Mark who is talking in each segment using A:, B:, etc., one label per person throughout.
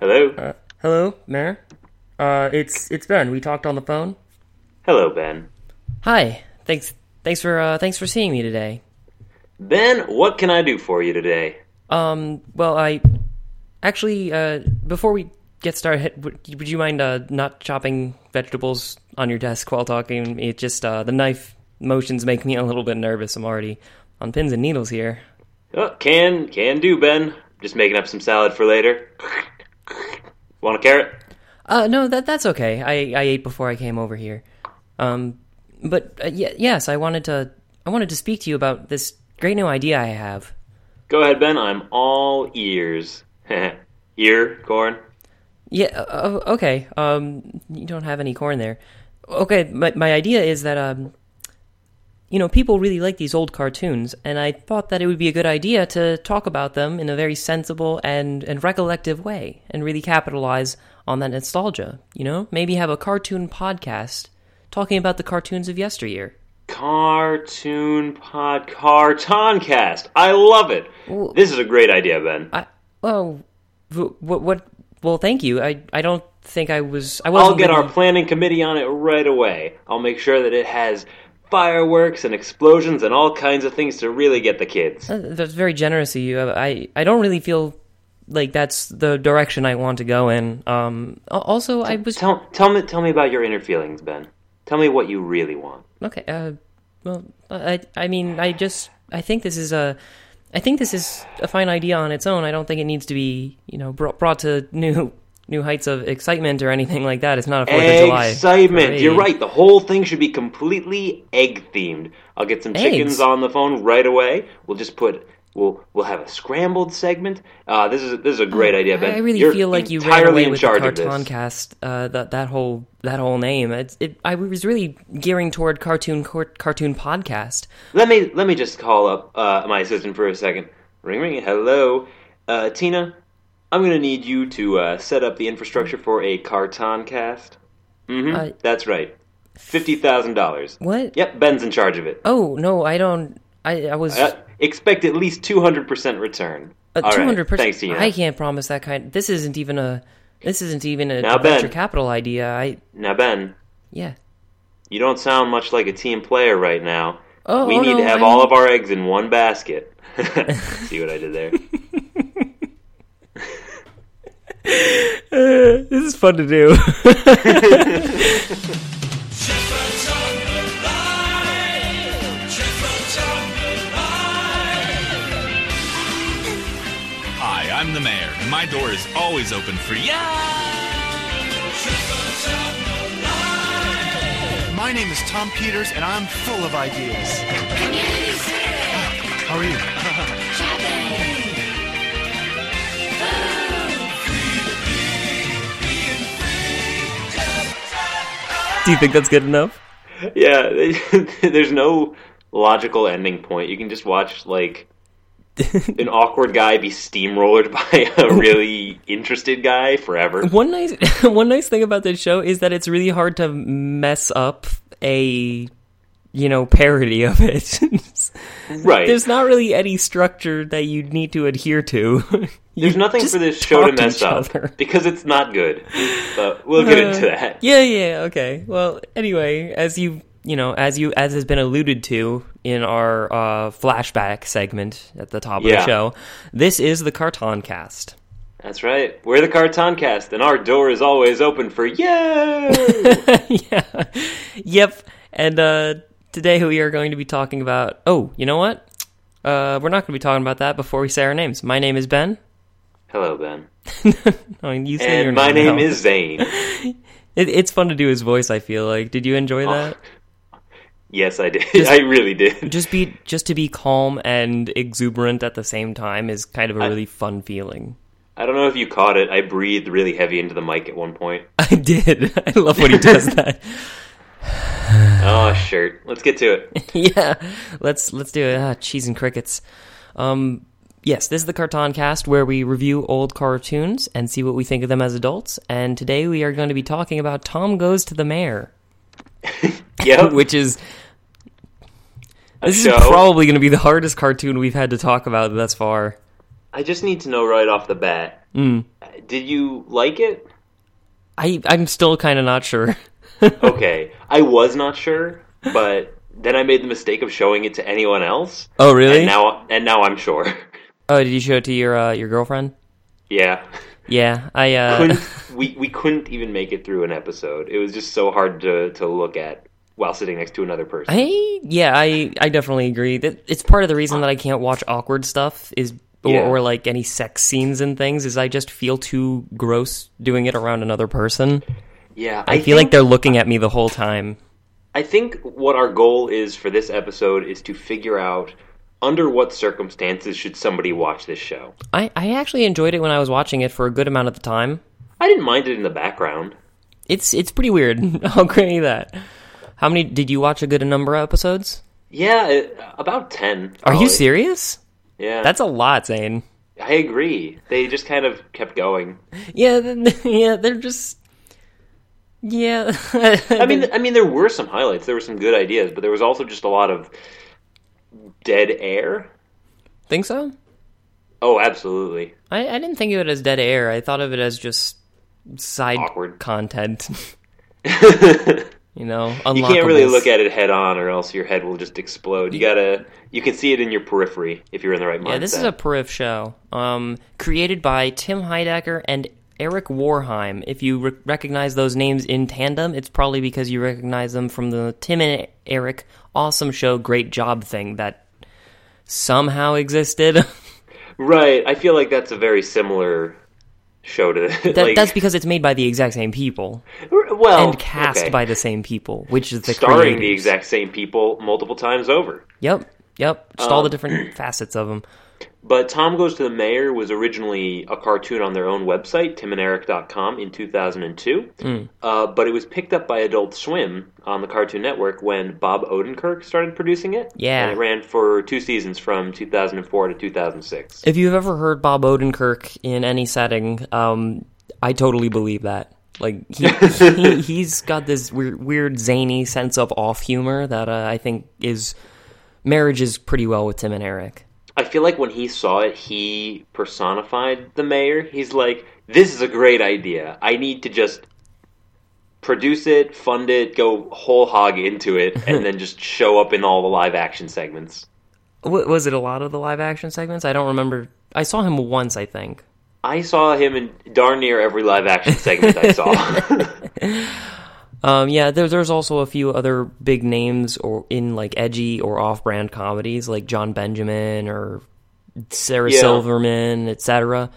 A: Hello.
B: Uh, hello, Nair. Uh, it's it's Ben. We talked on the phone.
A: Hello, Ben.
C: Hi. Thanks. Thanks for uh, thanks for seeing me today.
A: Ben, what can I do for you today?
C: Um. Well, I actually uh, before we get started, would, would you mind uh, not chopping vegetables on your desk while talking? It just uh, the knife motions make me a little bit nervous. I'm already on pins and needles here.
A: Oh, can can do, Ben. Just making up some salad for later. Want a carrot?
C: Uh, no, that that's okay. I, I ate before I came over here. Um, but uh, y- yes, I wanted to I wanted to speak to you about this great new idea I have.
A: Go ahead, Ben. I'm all ears. Ear corn.
C: Yeah. Uh, uh, okay. Um, you don't have any corn there. Okay. My my idea is that um, you know, people really like these old cartoons, and I thought that it would be a good idea to talk about them in a very sensible and and recollective way, and really capitalize on that nostalgia. You know, maybe have a cartoon podcast talking about the cartoons of yesteryear.
A: Cartoon pod cartoncast. I love it.
C: Well-
A: This is a great idea, Ben.
C: I well, what what? Well, thank you. I I don't think I was. I wasn't
A: I'll get
C: really-
A: our planning committee on it right away. I'll make sure that it has fireworks and explosions and all kinds of things to really get the kids.
C: Uh, That's very generous of you. Uh, I I don't really feel like that's the direction I want to go in. Um. al- Also, I was
A: Tell, tell me tell me about your inner feelings, Ben. Tell me what you really want.
C: okay. Uh. Well, I I mean, I just I think this is a. I think this is a fine idea on its own. I don't think it needs to be, you know, brought, brought to new new heights of excitement or anything like that. It's not a Fourth of July
A: Excitement. You're
C: parade.
A: right. The whole thing should be completely egg themed. I'll get some chickens
C: Eggs?
A: on the phone right away. We'll just put. We'll we'll have a scrambled segment. Uh, this is this is a great idea, Ben.
C: Oh, I really
A: You're
C: feel like you ran
A: entirely
C: away
A: in
C: with the
A: charge of this.
C: Cartoncast. Uh, that that whole that whole name. It's it, I was really gearing toward cartoon court, cartoon podcast.
A: Let me let me just call up uh, my assistant for a second. Ring ring. Hello, uh, Tina. I'm gonna need you to uh, set up the infrastructure for a Carton cast. hmm
C: Uh,
A: That's right. Fifty thousand dollars.
C: What?
A: Yep, Ben's in charge of it.
C: Oh no, I don't. I I was uh,
A: Uh, expect at least 200% return. All right,
C: two hundred
A: Thanks,
C: percent.
A: Tina.
C: I can't promise that kind. This isn't even a. This isn't even a
A: Now, Ben.
C: venture capital idea. I
A: Now, Ben,
C: yeah.
A: you don't sound much like a team player right now.
C: Oh,
A: we
C: oh,
A: need
C: no,
A: to have
C: I-
A: all of our eggs in one basket. See what I did there?
C: This is fun to do.
D: Shepherds on the line. Shepherds on the line.
E: Hi, I'm the mayor, and my door is always open for you.
D: Shepherds on the line.
F: My name is Tom Peters, and I'm full of ideas.
G: Community spirit,
F: How are you?
G: shopping,
C: do you think that's good enough?
A: yeah, there's no logical ending point. You can just watch, like, an awkward guy be steamrolled by a really interested guy forever.
C: One nice one nice thing about this show is that it's really hard to mess up a you know parody of it.
A: Right.
C: There's not really any structure that you need to adhere to.
A: There's nothing
C: just
A: for this show to
C: talk to
A: mess
C: each
A: up
C: other. Uh,
A: because it's not good. But we'll get into that.
C: yeah, yeah, okay. Well, anyway, as you you know, as you as has been alluded to in our uh, flashback segment at the top of
A: Yeah.
C: the show, this is the Carton Cast.
A: That's right. We're the Carton Cast, and our door is always open for yay!
C: yeah. Yep. And uh, today we are going to be talking about. Oh, you know what? Uh, we're not going to be talking about that before we say our names. My name is Ben.
A: Hello, Ben.
C: Oh, you say your
A: And my
C: name
A: name
C: now.
A: is Zane.
C: It, it's fun to do his voice. I feel like. Did you enjoy that?
A: Ah. Yes, I did. I really did.
C: just be just to be calm and exuberant at the same time is kind of a really fun feeling.
A: I don't know if you caught it. I breathed really heavy into the mic at one point.
C: I did. I love when he does that.
A: Oh, shirt. Let's get to it.
C: yeah, let's let's do it. Ah, cheese and crickets. Um, yes, this is the Carton Cast where we review old cartoons and see what we think of them as adults. And today we are going to be talking about Tom Goes to the Mayor,
A: Yep.
C: which is this is
A: show.
C: probably going to be the hardest cartoon we've had to talk about thus far.
A: I just need to know right off the bat.
C: Mm.
A: Did you like it?
C: I I'm still kind of not sure.
A: Okay, I was not sure, but then I made the mistake of showing it to anyone else.
C: Oh really?
A: And now, and now I'm sure.
C: oh, did you show it to your uh, your girlfriend?
A: yeah,
C: Yeah, I uh,
A: couldn't, we we couldn't even make it through an episode. It was just so hard to to look at while sitting next to another person.
C: I yeah, I I definitely agree that it's part of the reason that I can't watch awkward stuff is or,
A: Yeah.
C: or like any sex scenes and things is I just feel too gross doing it around another person.
A: yeah,
C: I, feel like
A: think-
C: they're looking at me the whole time.
A: I think what our goal is for this episode is to figure out under what circumstances should somebody watch this show.
C: I, I actually enjoyed it when I was watching it for a good amount of the time.
A: I didn't mind it in the background.
C: It's it's pretty weird. I'll agree that. How many did you watch a good number of episodes?
A: Yeah, it, about ten.
C: Are
A: probably.
C: you serious?
A: Yeah,
C: That's a lot, Zane.
A: I agree. They just kind of kept going.
C: Yeah, th- yeah, they're just yeah.
A: I mean, I mean, there were some highlights. There were some good ideas, but there was also just a lot of dead air.
C: think so?
A: Oh, absolutely.
C: I, I didn't think of it as dead air. I thought of it as just side
A: Awkward.
C: content.
A: you
C: You know,
A: can't really look at it head on, or else your head will just explode. You gotta. You can see it in your periphery if you're in the right mindset.
C: Yeah, this is a perif show. Um, created by Tim Heidecker and Eric Warheim. If you re- recognize those names in tandem, it's probably because you recognize them from the Tim and Eric awesome show, great job thing that somehow existed.
A: right. I feel like that's a very similar show to that.
C: that,
A: like,
C: that's because it's made by the exact same people
A: well
C: and cast
A: okay.
C: by the same people, which is the
A: starring the
C: creators.
A: exact same people multiple times over.
C: Yep, yep. Just all the different facets of them.
A: But Tom Goes to the Mayor was originally a cartoon on their own website, timanderic.com, in 2002. Uh, but it was picked up by Adult Swim on the Cartoon Network when Bob Odenkirk started producing it.
C: Yeah.
A: And it ran for two seasons from 2004 to 2006.
C: If you've ever heard Bob Odenkirk in any setting, um, I totally believe that. Like he, he he's got this weird, weird zany sense of off humor that uh, I think is marriages pretty well with Tim and Eric.
A: I feel like when he saw it, he personified the mayor. He's like, this is a great idea. I need to just produce it, fund it, go whole hog into it, and then just show up in all the live action segments.
C: W- was it a lot of the live action segments? I don't remember. I saw him once, I think.
A: I saw him in darn near every live action segment I saw.
C: Um, yeah, there, there's also a few other big names or in like edgy or off-brand comedies like John Benjamin or Sarah
A: Yeah.
C: Silverman, etc.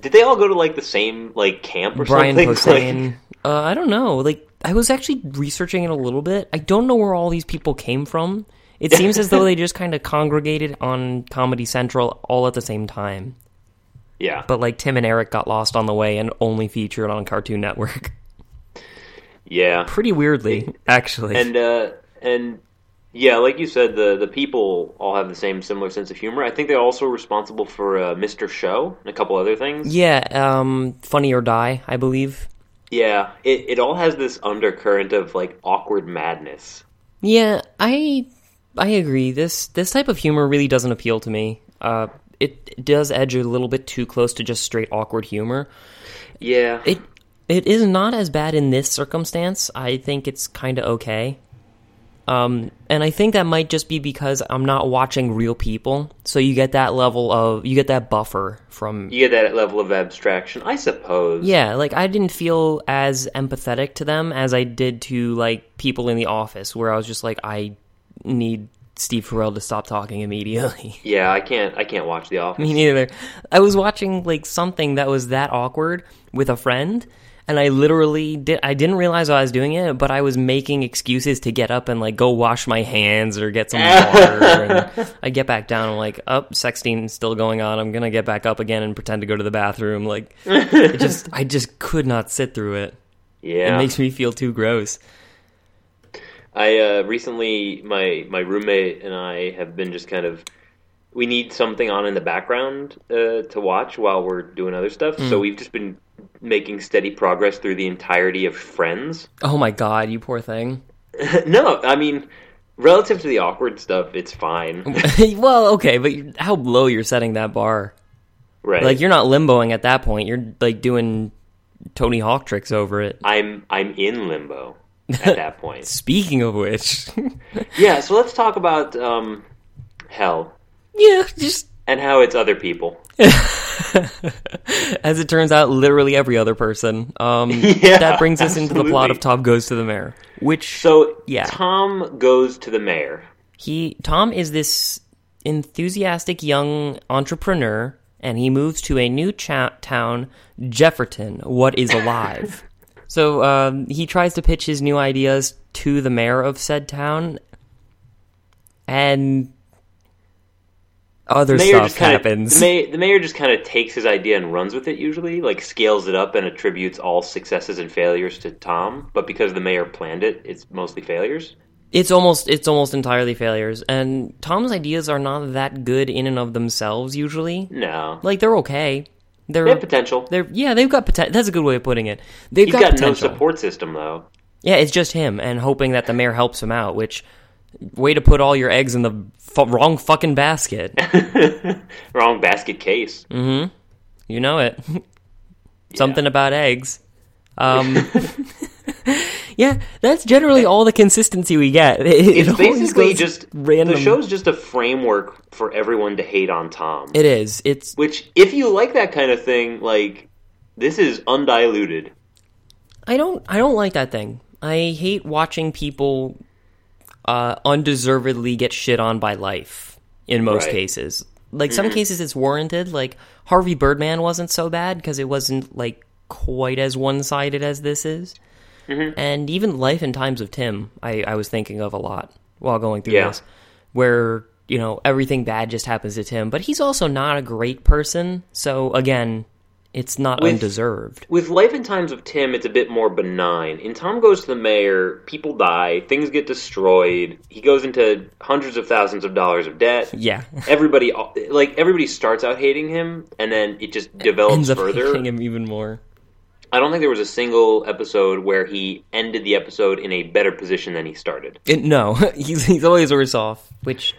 A: Did they all go to like the same like camp or
C: Brian
A: something?
C: Posehn.
A: Like,
C: Uh, I don't know. Like, I was actually researching it a little bit. I don't know where all these people came from. It seems as though they just kind of congregated on Comedy Central all at the same time.
A: yeah,
C: But like Tim and Eric got lost on the way and only featured on Cartoon Network.
A: yeah,
C: Pretty weirdly, actually.
A: and uh, and yeah, like you said, the the people all have the same similar sense of humor. I think they're also responsible for uh, Mr. Show and a couple other things.
C: yeah, um, Funny or Die, I believe.
A: Yeah, it it all has this undercurrent of like awkward madness.
C: Yeah, I I agree. This this type of humor really doesn't appeal to me. Uh, it does edge a little bit too close to just straight awkward humor.
A: Yeah,
C: It it is not as bad in this circumstance. I think it's kind of okay. Um, and I think that might just be because I'm not watching real people, so you get that level of you get that buffer from
A: you get that level of abstraction, I suppose.
C: yeah. Like I didn't feel as empathetic to them as I did to like people in the office, where I was just like, I need Steve Carell to stop talking immediately.
A: yeah, I can't I can't watch The Office.
C: Me neither. I was watching like something that was that awkward with a friend, and I literally did. I didn't realize I was doing it, but I was making excuses to get up and like go wash my hands or get some water. and I get back down. I'm like, up, oh, sexting's still going on. I'm gonna get back up again and pretend to go to the bathroom. Like, it just I just could not sit through it.
A: yeah,
C: It makes me feel too gross.
A: I uh, recently my my roommate and I have been just kind of we need something on in the background uh, to watch while we're doing other stuff.
C: Hmm.
A: So we've just been making steady progress through the entirety of Friends.
C: Oh my god, you poor thing.
A: no, I mean relative to the awkward stuff, it's fine.
C: well, okay, but you- how low you're setting that bar.
A: Right.
C: Like you're not limboing at that point. You're like doing Tony Hawk tricks over it.
A: I'm I'm in limbo at that point.
C: Speaking of which,
A: yeah. So let's talk about um, hell
C: yeah, just
A: and how it's other people.
C: as it turns out, literally every other person. Um,
A: Yeah,
C: that brings us into the plot
A: absolutely.
C: of Tom Goes to the Mayor, which
A: So
C: Yeah.
A: Tom goes to the mayor.
C: he Tom is this enthusiastic young entrepreneur, and he moves to a new cha- town, Jefferton. What is alive? so um, he tries to pitch his new ideas to the mayor of said town, and other
A: Mayor
C: stuff
A: just kinda,
C: happens.
A: The mayor, the mayor just kind of takes his idea and runs with it. Usually, like scales it up and attributes all successes and failures to Tom. But because the mayor planned it, it's mostly failures.
C: it's almost it's almost entirely failures, and Tom's ideas are not that good in and of themselves. Usually,
A: No,
C: like they're okay. They're
A: they have potential.
C: They're yeah, they've got potential. That's a good way of putting it. They've
A: He's
C: got,
A: got, no
C: potential.
A: support system though.
C: Yeah, it's just him and hoping that the mayor helps him out. Which way to put all your eggs in the f- wrong fucking basket?
A: Wrong basket case.
C: Mm-hmm. you know it. Something about eggs. Um, yeah, that's generally all the consistency we get. It- it
A: It's
C: always
A: basically
C: goes
A: just
C: random.
A: The show's just a framework for everyone to hate on Tom.
C: It is. It's
A: which, if you like that kind of thing, like this is undiluted.
C: I don't I don't like that thing. I hate watching people uh, undeservedly get shit on by life in most
A: Right. Mm-hmm.
C: cases. Like some cases it's warranted. Like Harvey Birdman wasn't so bad because it wasn't like quite as one sided as this is.
A: Mm-hmm.
C: And even Life and Times of Tim, I, I was thinking of a lot while going through
A: Yeah.
C: this, where you know everything bad just happens to Tim, but he's also not a great person. So again, it's not
A: With-
C: undeserved.
A: With Life and Times of Tim, it's a bit more benign. In Tom Goes to the Mayor, people die, things get destroyed. He goes into hundreds of thousands of dollars of debt.
C: Yeah.
A: Everybody, like everybody, starts out hating him, and then it just develops
C: ends up
A: further.
C: hating him even more.
A: I don't think there was a single episode where he ended the episode in a better position than he started.
C: It- no, he's he's always worse off. Which,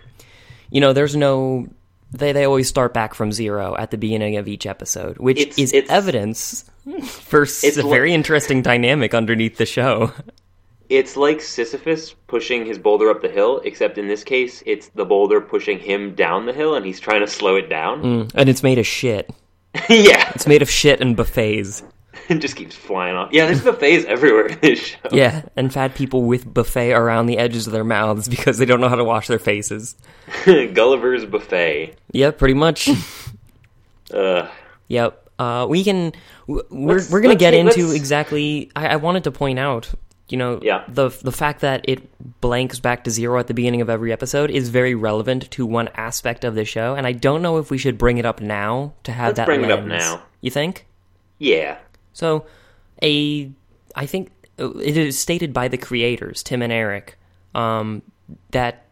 C: you know, there's no they they always start back from zero at the beginning of each episode, which
A: It's-
C: is
A: it's-
C: evidence for s-
A: It's
C: a
A: li-
C: very interesting dynamic underneath the show.
A: It's like Sisyphus pushing his boulder up the hill, except in this case, it's the boulder pushing him down the hill, and he's trying to slow it down.
C: And it's made of shit.
A: yeah,
C: It's made of shit and buffets.
A: it just keeps flying off. Yeah, there's buffets everywhere in this show.
C: Yeah, and fat people with buffet around the edges of their mouths because they don't know how to wash their faces.
A: Gulliver's buffet.
C: Yeah, pretty much.
A: Ugh.
C: Yep. Uh, we can. w- We're
A: Let's-
C: we're gonna
A: let's
C: get
A: see-
C: into
A: let's-
C: exactly. I, I wanted to point out. You know,
A: Yeah.
C: the the fact that it blanks back to zero at the beginning of every episode is very relevant to one aspect of the show, and I don't know if we should bring it up now to have
A: Let's
C: that.
A: bring it up
C: lens.
A: now.
C: You think?
A: Yeah.
C: So, a I think uh, it is stated by the creators Tim and Eric um, that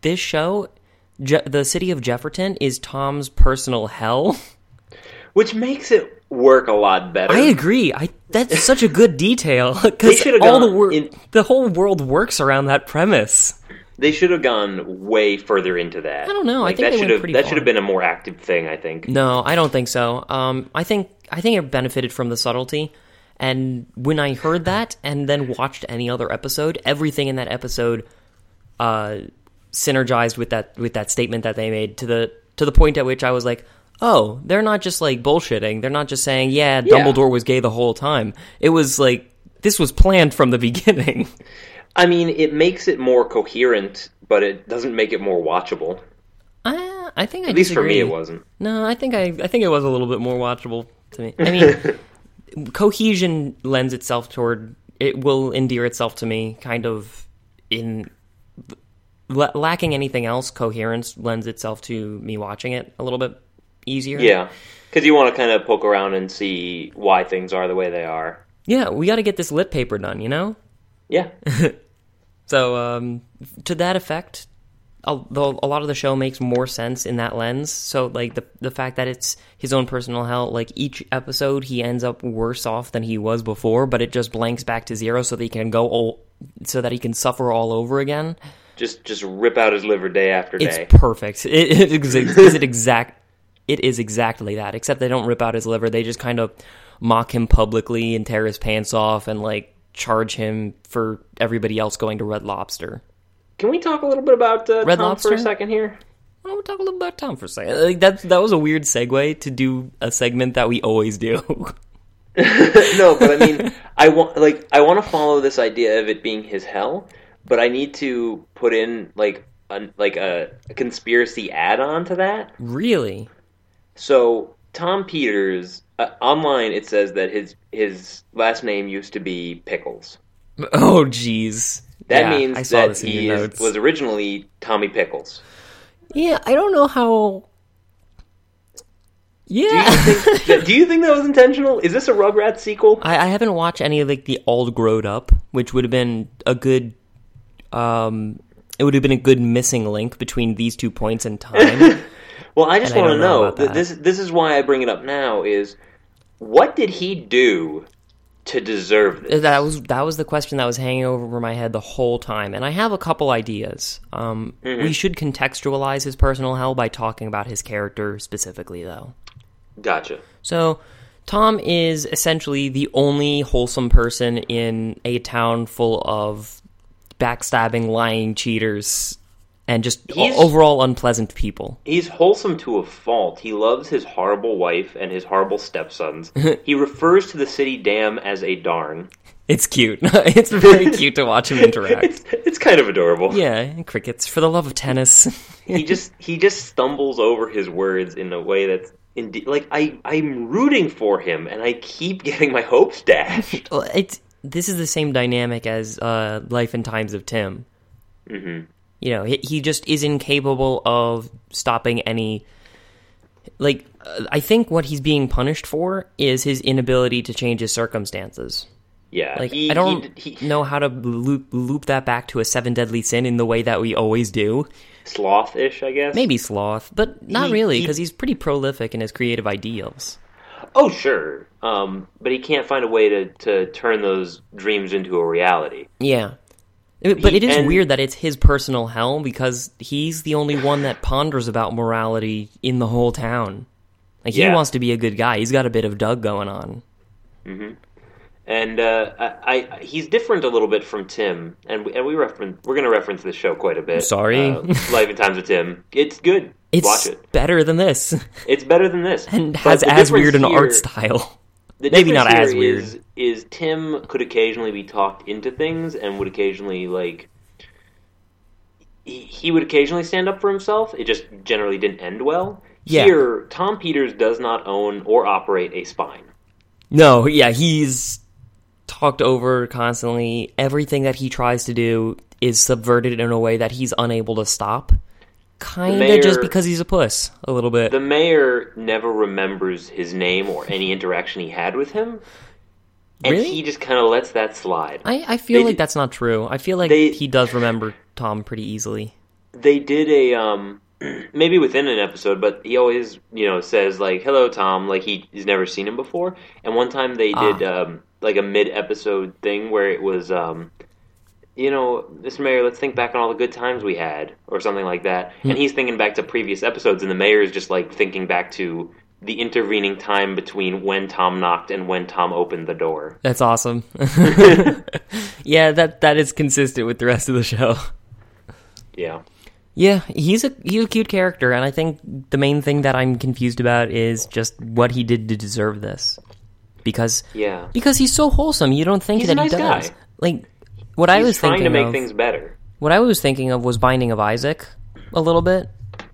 C: this show, Je- the city of Jefferton, is Tom's personal hell.
A: Which makes it work a lot better.
C: I agree. I that's such a good detail
A: They
C: because
A: should've
C: all
A: gone
C: the wor-
A: in-
C: the whole world works around that premise.
A: They should have gone way further into that. I
C: don't know. I think
A: that
C: they
A: should
C: went
A: have
C: pretty
A: that
C: far.
A: should have been a more active thing. I think.
C: No, I don't think so. Um, I think I think it benefited from the subtlety. And when I heard that, and then watched any other episode, everything in that episode uh, synergized with that with that statement that they made to the to the point at which I was like, oh, they're not just like bullshitting. They're not just saying, yeah, Dumbledore was gay the whole time. It was like this was planned from the beginning.
A: I mean, it makes it more coherent, but it doesn't make it more watchable.
C: Uh, I think I
A: At least for me,
C: disagree.
A: it wasn't.
C: No, I think I, I think it was a little bit more watchable to me. I mean, cohesion lends itself toward it will endear itself to me, kind of in la- lacking anything else. Coherence lends itself to me watching it a little bit easier.
A: Yeah, because you want to kind of poke around and see why things are the way they are.
C: yeah. We got to get this lit paper done, you know.
A: Yeah,
C: So um, to that effect, a, though a lot of the show makes more sense in that lens. So like the the fact that it's his own personal hell, like each episode he ends up worse off than he was before, but it just blanks back to zero so that he can go all, so that he can suffer all over again.
A: just just rip out his liver day after
C: It's
A: day.
C: perfect. It, it is, is it exact it is exactly that, except they don't rip out his liver. They just kind of mock him publicly and tear his pants off and like charge him for everybody else going to Red Lobster.
A: Can we talk a little bit about uh,
C: Red
A: Tom for
C: Lobster?
A: a second here?
C: I want to talk a little about Tom for a second. Like that, that was a weird segue to do a segment that we always do.
A: no, but I mean, I want like I want to follow this idea of it being his hell, but I need to put in like a, like a, a conspiracy add-on to that.
C: really?
A: So Tom Peters uh, online it says that his his last name used to be Pickles.
C: Oh, jeez.
A: That
C: Yeah,
A: means
C: I saw
A: that
C: this in
A: he
C: your
A: is-
C: notes.
A: was originally Tommy Pickles.
C: Yeah, I don't know how. Yeah,
A: Th- Do you think that was intentional? Is this a Rugrats sequel?
C: I, I haven't watched any of like the all grown up, which would have been a good. Um, it would have been a good missing link between these two points in time.
A: Well, I just
C: And I
A: want to
C: don't know
A: know.
C: about
A: th-
C: that.
A: This this is why I bring it up now. Is what did he do to deserve this?
C: that was that was the question that was hanging over my head the whole time, and I have a couple ideas. Um, We should contextualize his personal hell by talking about his character specifically, though.
A: Gotcha.
C: So, Tom is essentially the only wholesome person in a town full of backstabbing, lying cheaters, and just o-
A: He's-
C: overall unpleasant people.
A: He's wholesome to a fault. He loves his horrible wife and his horrible stepsons. he refers to the city dam as a darn.
C: It's cute. it's very cute to watch him interact.
A: It's it's kind of adorable.
C: Yeah, and crickets for the love of tennis.
A: he just he just stumbles over his words in a way that's indeed like I I'm rooting for him and I keep getting my hopes dashed.
C: Well, it's this is the same dynamic as uh, Life and Times of Tim. Mm-hmm. You know, he, he just is incapable of stopping any. Like, uh, I think what he's being punished for is his inability to change his circumstances.
A: Yeah,
C: Like,
A: he,
C: I don't
A: he, he,
C: know how to loop, loop that back to a seven deadly sin in the way that we always do.
A: sloth-ish, I guess.
C: Maybe sloth, but not
A: He-
C: really,
A: he-
C: because he's pretty prolific in his creative ideals.
A: Oh, sure. Um, but he can't find a way to, to turn those dreams into a reality.
C: Yeah. It- but
A: He-
C: it is
A: and-
C: weird that it's his personal hell because he's the only one that ponders about morality in the whole town. Like he
A: Yeah.
C: wants to be a good guy. He's got a bit of Doug going on.
A: And uh, I, I, he's different a little bit from Tim, and we, and we reference we're going to reference this show quite a bit.
C: Sorry.
A: Uh, Life and Times of Tim. It's good.
C: It's
A: Watch it.
C: better than this
A: It's better than this,
C: and
A: But
C: has
A: the
C: as weird an
A: difference here-
C: art style.
A: The
C: Maybe
A: difference
C: not as
A: here
C: weird.
A: Is, is Tim could occasionally be talked into things and would occasionally like he, he would occasionally stand up for himself. It just generally didn't end well.
C: Yeah.
A: Here, Tom Peters does not own or operate a spine.
C: No, yeah, he's talked over constantly. Everything that he tries to do is subverted in a way that he's unable to stop. Kind of just
A: mayor-
C: because he's a puss a little bit.
A: The mayor never remembers his name or any interaction he had with him, and
C: Really?
A: he just kind of lets that slide.
C: I, I feel
A: They
C: like
A: did-
C: that's not true. I feel like
A: they-
C: he does remember Tom pretty easily.
A: they did a um maybe within an episode but he always you know says like hello tom like he, he's never seen him before and one time they did
C: Ah.
A: um like a mid episode thing where it was um you know mr mayor let's think back on all the good times we had or something like that
C: Hmm.
A: and he's thinking back to previous episodes and the mayor is just like thinking back to the intervening time between when tom knocked and when tom opened the door
C: That's awesome. yeah, that that is consistent with the rest of the show.
A: yeah
C: Yeah, he's a he's a cute character, and I think the main thing that I'm confused about is just what he did to deserve this. Because
A: yeah
C: because he's so wholesome, you don't think
A: He's
C: that
A: a nice
C: he
A: guy.
C: does. Like what I
A: he's
C: was
A: trying
C: thinking
A: to make
C: of,
A: things better
C: what I was thinking of was Binding of Isaac a little bit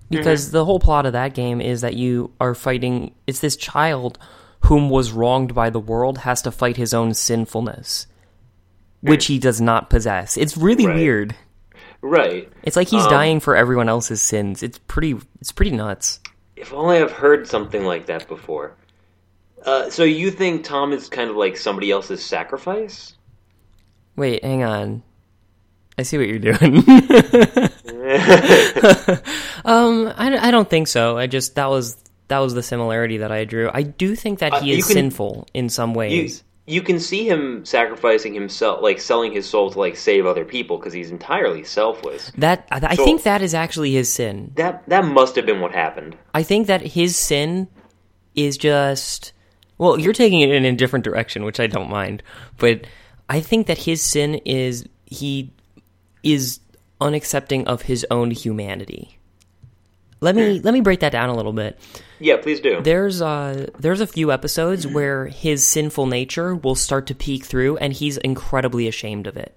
C: because the whole plot of that game is that you are fighting it's this child whom was wronged by the world has to fight his own sinfulness which he does not possess. It's really
A: Right.
C: weird.
A: right
C: It's like he's dying for everyone else's sins. It's pretty it's pretty nuts.
A: If only I've heard something like that before. Uh, so you think Tom is kind of like somebody else's sacrifice?
C: Wait, hang on. I see what you're doing. um, I, I don't think so. I just that was that was the similarity that I drew. I do think that
A: Uh,
C: he
A: you
C: is
A: can-
C: sinful in some
A: You,
C: ways.
A: you can see him sacrificing himself, like selling his soul to like save other people because he's entirely selfless.
C: That I, I
A: So-
C: think that is actually his sin.
A: That that must have been what happened.
C: I think that his sin is just well, you're taking it in a different direction, which I don't mind, but I think that his sin is he is unaccepting of his own humanity. Let me let me break that down a little bit.
A: Yeah, please do.
C: There's uh there's a few episodes where his sinful nature will start to peek through and he's incredibly ashamed of it.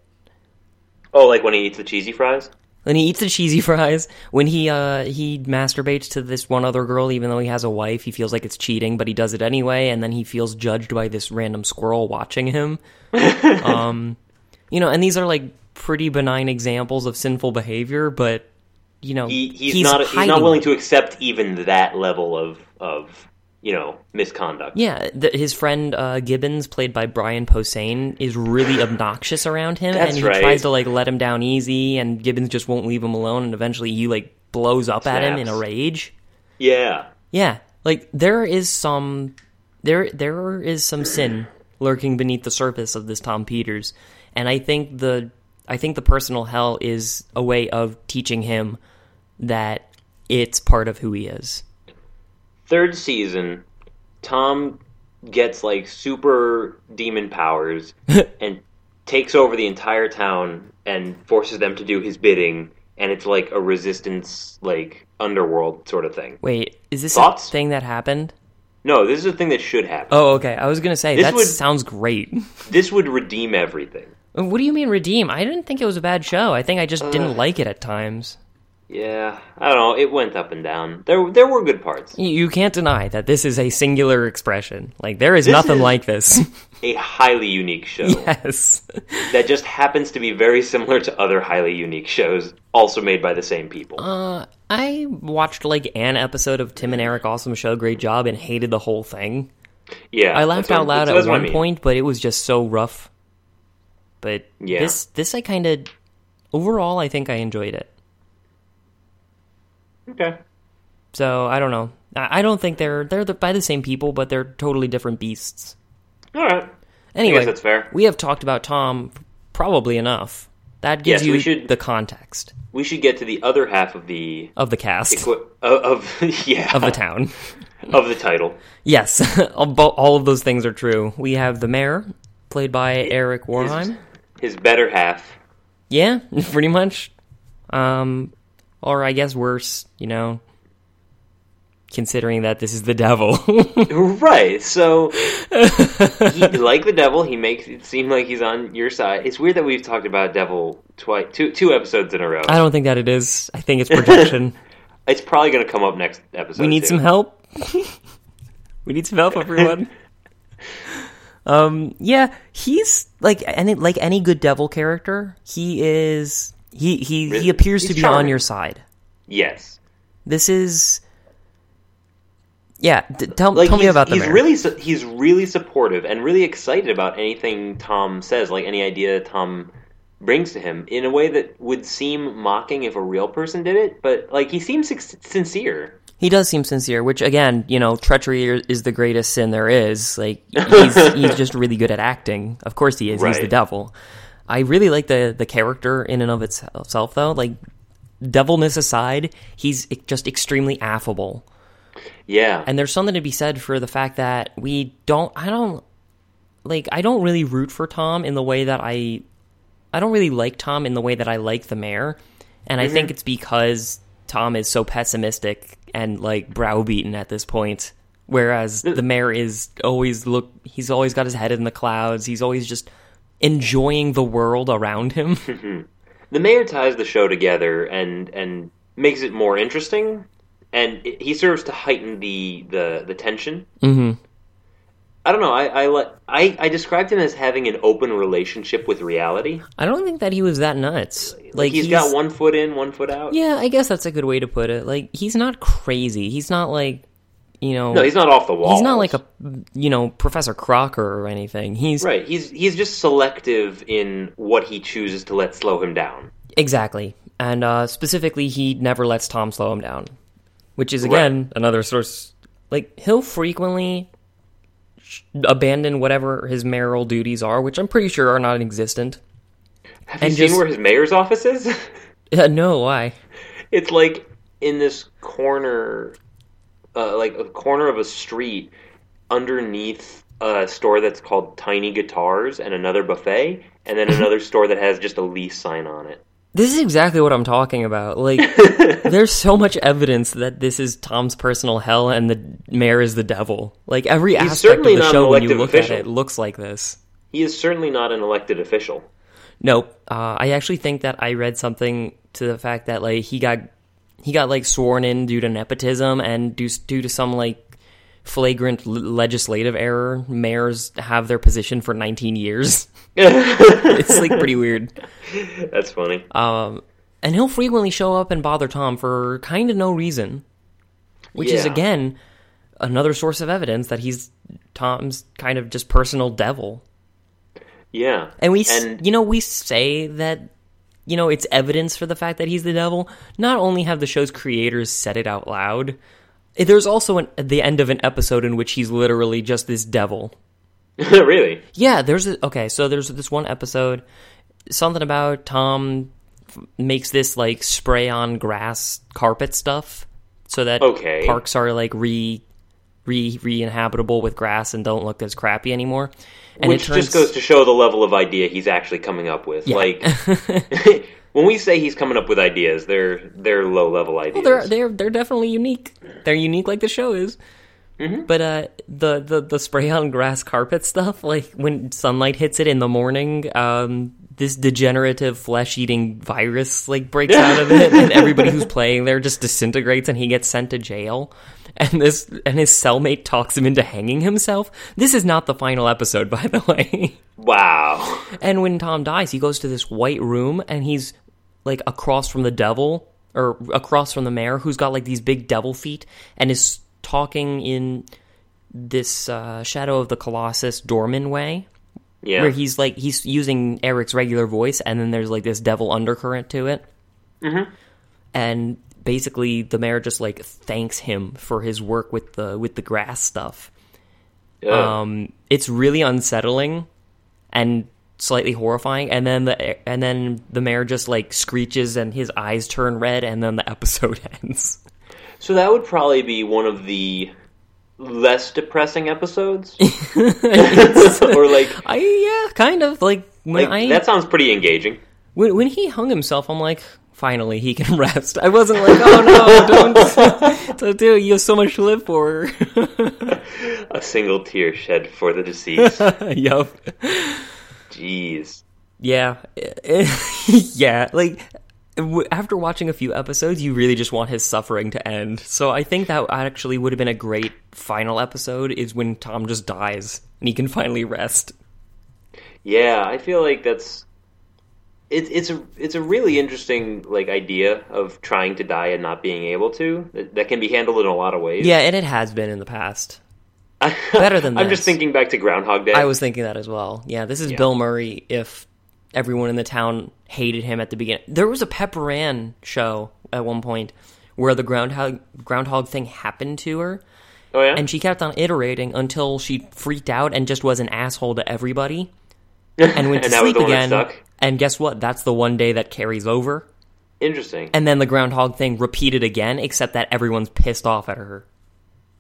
A: oh, like when he eats the cheesy fries.
C: When he eats the cheesy fries, when he uh he masturbates to this one other girl even though he has a wife, he feels like it's cheating, but he does it anyway and then he feels judged by this random squirrel watching him. um you know, and these are like pretty benign examples of sinful behavior, but you know,
A: He he's, not he's not
C: hiding
A: willing
C: it.
A: to accept even that level of of you know misconduct.
C: Yeah, th his friend uh, Gibbons, played by Brian Posehn, is really obnoxious around him,
A: That's
C: and he
A: right.
C: tries to like let him down easy, and Gibbons just won't leave him alone, and eventually he like blows up at him in a
A: Snaps.
C: rage.
A: yeah.
C: Yeah, like there is some there there is some sin lurking beneath the surface of this Tom Peters, and I think the I think the personal hell is a way of teaching him that it's part of who he is.
A: third season, Tom gets like super demon powers and takes over the entire town and forces them to do his bidding. And it's like a resistance, like underworld sort of thing.
C: Wait, is this
A: Thoughts?
C: a thing that happened?
A: No, this is a thing that should happen.
C: Oh, okay. I was gonna say
A: This
C: that
A: would-
C: sounds great.
A: This would redeem everything.
C: What do you mean redeem? I didn't think it was a bad show. I think I just
A: Uh.
C: didn't like it at times.
A: Yeah, I don't know. It went up and down. There, there were good parts.
C: You, you can't deny that this is a singular expression. Like there is
A: This
C: nothing
A: is-
C: like this.
A: A highly unique show
C: yes.
A: that just happens to be very similar to other highly unique shows, also made by the same people.
C: Uh, I watched like an episode of Tim and Eric Awesome Show Great Job and hated the whole thing.
A: yeah,
C: I laughed
A: that's
C: out
A: what-
C: loud
A: that's-
C: at
A: that's what I
C: one
A: mean.
C: point, but it was just so rough. But
A: Yeah.
C: this this I kind of overall I think I enjoyed it.
A: Okay.
C: So I don't know. I, I don't think they're they're the, by the same people, but they're totally different beasts.
A: All right.
C: Anyway,
A: that's fair.
C: We have talked about Tom probably enough. That gives
A: Yes,
C: you
A: we should-
C: the context
A: we should get to the other half of the
C: of the cast
A: equi- of, of yeah
C: of the town.
A: of the title.
C: yes, all bo- all of those things are true. We have the mayor, played by Eric Warheim.
A: His better half.
C: Yeah, pretty much. Um, or I guess worse, you know, considering that this is the devil.
A: Right. So he, like the devil, he makes it seem like he's on your side. It's weird that we've talked about devil twice two two episodes in a row.
C: I don't think that it is. I think it's projection.
A: It's probably going to come up next episode.
C: We need
A: too.
C: some help. we need some help, everyone. um, yeah, he's like any like any good devil character. He is he he
A: Really?
C: he appears to
A: He's
C: be on
A: charming.
C: your side.
A: Yes.
C: This is yeah. D- tell
A: Like
C: tell me
A: he's-
C: about the
A: he's
C: mayor.
A: really su- he's really supportive and really excited about anything Tom says, like any idea Tom brings to him, in a way that would seem mocking if a real person did it. But like he seems sic- sincere.
C: he does seem sincere, which again, you know, treachery i- is the greatest sin there is. Like he's he's just really good at acting. Of course he is. He's the
A: Right.
C: devil. I really like the the character in and of itself, though. Like devilness aside, he's e- just extremely affable.
A: Yeah,
C: And there's something to be said for the fact that we don't I don't like I don't really root for Tom in the way that I I don't really like Tom in the way that I like the mayor. And
A: Mhm.
C: I think it's because Tom is so pessimistic and like browbeaten at this point. Whereas the mayor is always look he's always got his head in the clouds. He's always just enjoying the world around him.
A: the mayor ties the show together and and makes it more interesting, and it, he serves to heighten the the the tension. Mm-hmm. I don't know. I I, li- I I described him as having an open relationship with reality.
C: I don't think that he was that nuts. Like
A: he's got one foot in, one foot out.
C: Yeah, I guess that's a good way to put it. Like he's not crazy. He's not like you know
A: No, he's not off the wall.
C: he's not like a you know Professor Crocker or anything. He's
A: Right. He's he's just selective in what he chooses to let slow him down.
C: exactly, and uh, specifically, he never lets Tom slow him down, which is again another source. Like he'll frequently sh- abandon whatever his mayoral duties are, which I'm pretty sure are not existent.
A: Have
C: And
A: you seen
C: just-
A: where his mayor's office is?
C: no, why?
A: it's like in this corner, uh, like a corner of a street, underneath a store that's called Tiny Guitars and another buffet, and then another store that has just a lease sign on it.
C: This is exactly what I'm talking about. Like, there's so much evidence that this is Tom's personal hell and the mayor is the devil. Like, every aspect of
A: certainly
C: the
A: not an
C: show when you
A: elected
C: look
A: official.
C: at it looks like this.
A: He is certainly not an elected official.
C: Nope. Uh, I actually think that I read something to the fact that, like, he got. He got like sworn in due to nepotism and due, due to some like flagrant l- legislative error. Mayors have their position for 19 years. it's like pretty weird.
A: That's funny.
C: Uh, and he'll frequently show up and bother Tom for kind of no reason, which is
A: Yeah.
C: again another source of evidence that he's Tom's kind of just personal devil.
A: yeah,
C: And we, s
A: And-
C: you know, we say that you know it's evidence for the fact that he's the devil. Not only have the show's creators said it out loud, there's also an, the end of an episode in which he's literally just this devil.
A: really.
C: Yeah, there's a, okay. So there's this one episode, something about Tom f- makes this like spray on grass carpet stuff, so that
A: Okay.
C: parks are like re re re inhabitable with grass and don't look as crappy anymore. And
A: Which just goes to show the level of idea he's actually coming up with. Like when we say he's coming up with ideas, they're they're low level ideas.
C: they're they're they're definitely unique. They're unique like the show is. But uh, the the the spray on grass carpet stuff, like when sunlight hits it in the morning, um, this degenerative flesh eating virus like breaks out of it, and everybody who's playing there just disintegrates, and he gets sent to jail. And this and his cellmate talks him into hanging himself. This is not the final episode, by the way.
A: wow.
C: And when Tom dies, he goes to this white room and he's like across from the devil or across from the mayor who's got like these big devil feet and is talking in this uh, shadow of the colossus doorman way
A: Yeah.
C: where he's like he's using Eric's regular voice and then there's like this devil undercurrent to it. Mm-hmm. And basically the mayor just like thanks him for his work with the with the grass stuff.
A: Yeah.
C: Um, it's really unsettling and slightly horrifying. And then the and then the mayor just like screeches and his eyes turn red, and then the episode ends.
A: so that would probably be one of the less depressing episodes. or like,
C: I yeah, kind of like when
A: like
C: I
A: that sounds pretty engaging.
C: when, when he hung himself, I'm like. Finally, he can rest. I wasn't like, oh no, don't, don't do it. You have so much to live for.
A: A single tear shed for the deceased.
C: yup.
A: Jeez.
C: Yeah. yeah. Like, w- after watching a few episodes, you really just want his suffering to end. So I think that actually would have been a great final episode is when Tom just dies and he can finally rest.
A: Yeah, I feel like that's it's it's a it's a really interesting like idea of trying to die and not being able to. That, that can be handled in a lot of ways.
C: Yeah, and it has been in the past. Better than
A: I'm just
C: this.
A: thinking back to Groundhog Day.
C: I was thinking that as well. Yeah, this is Bill Murray if everyone in the town hated him at the beginning. There was a Pepper Ann show at one point where the groundhog groundhog thing happened to her.
A: oh yeah,
C: and she kept on iterating until she freaked out and just was an asshole to everybody and went to
A: And that was
C: sleep
A: the one that
C: again
A: stuck?
C: and guess what that's the one day that carries over
A: interesting.
C: and then the groundhog thing repeated again except that everyone's pissed off at her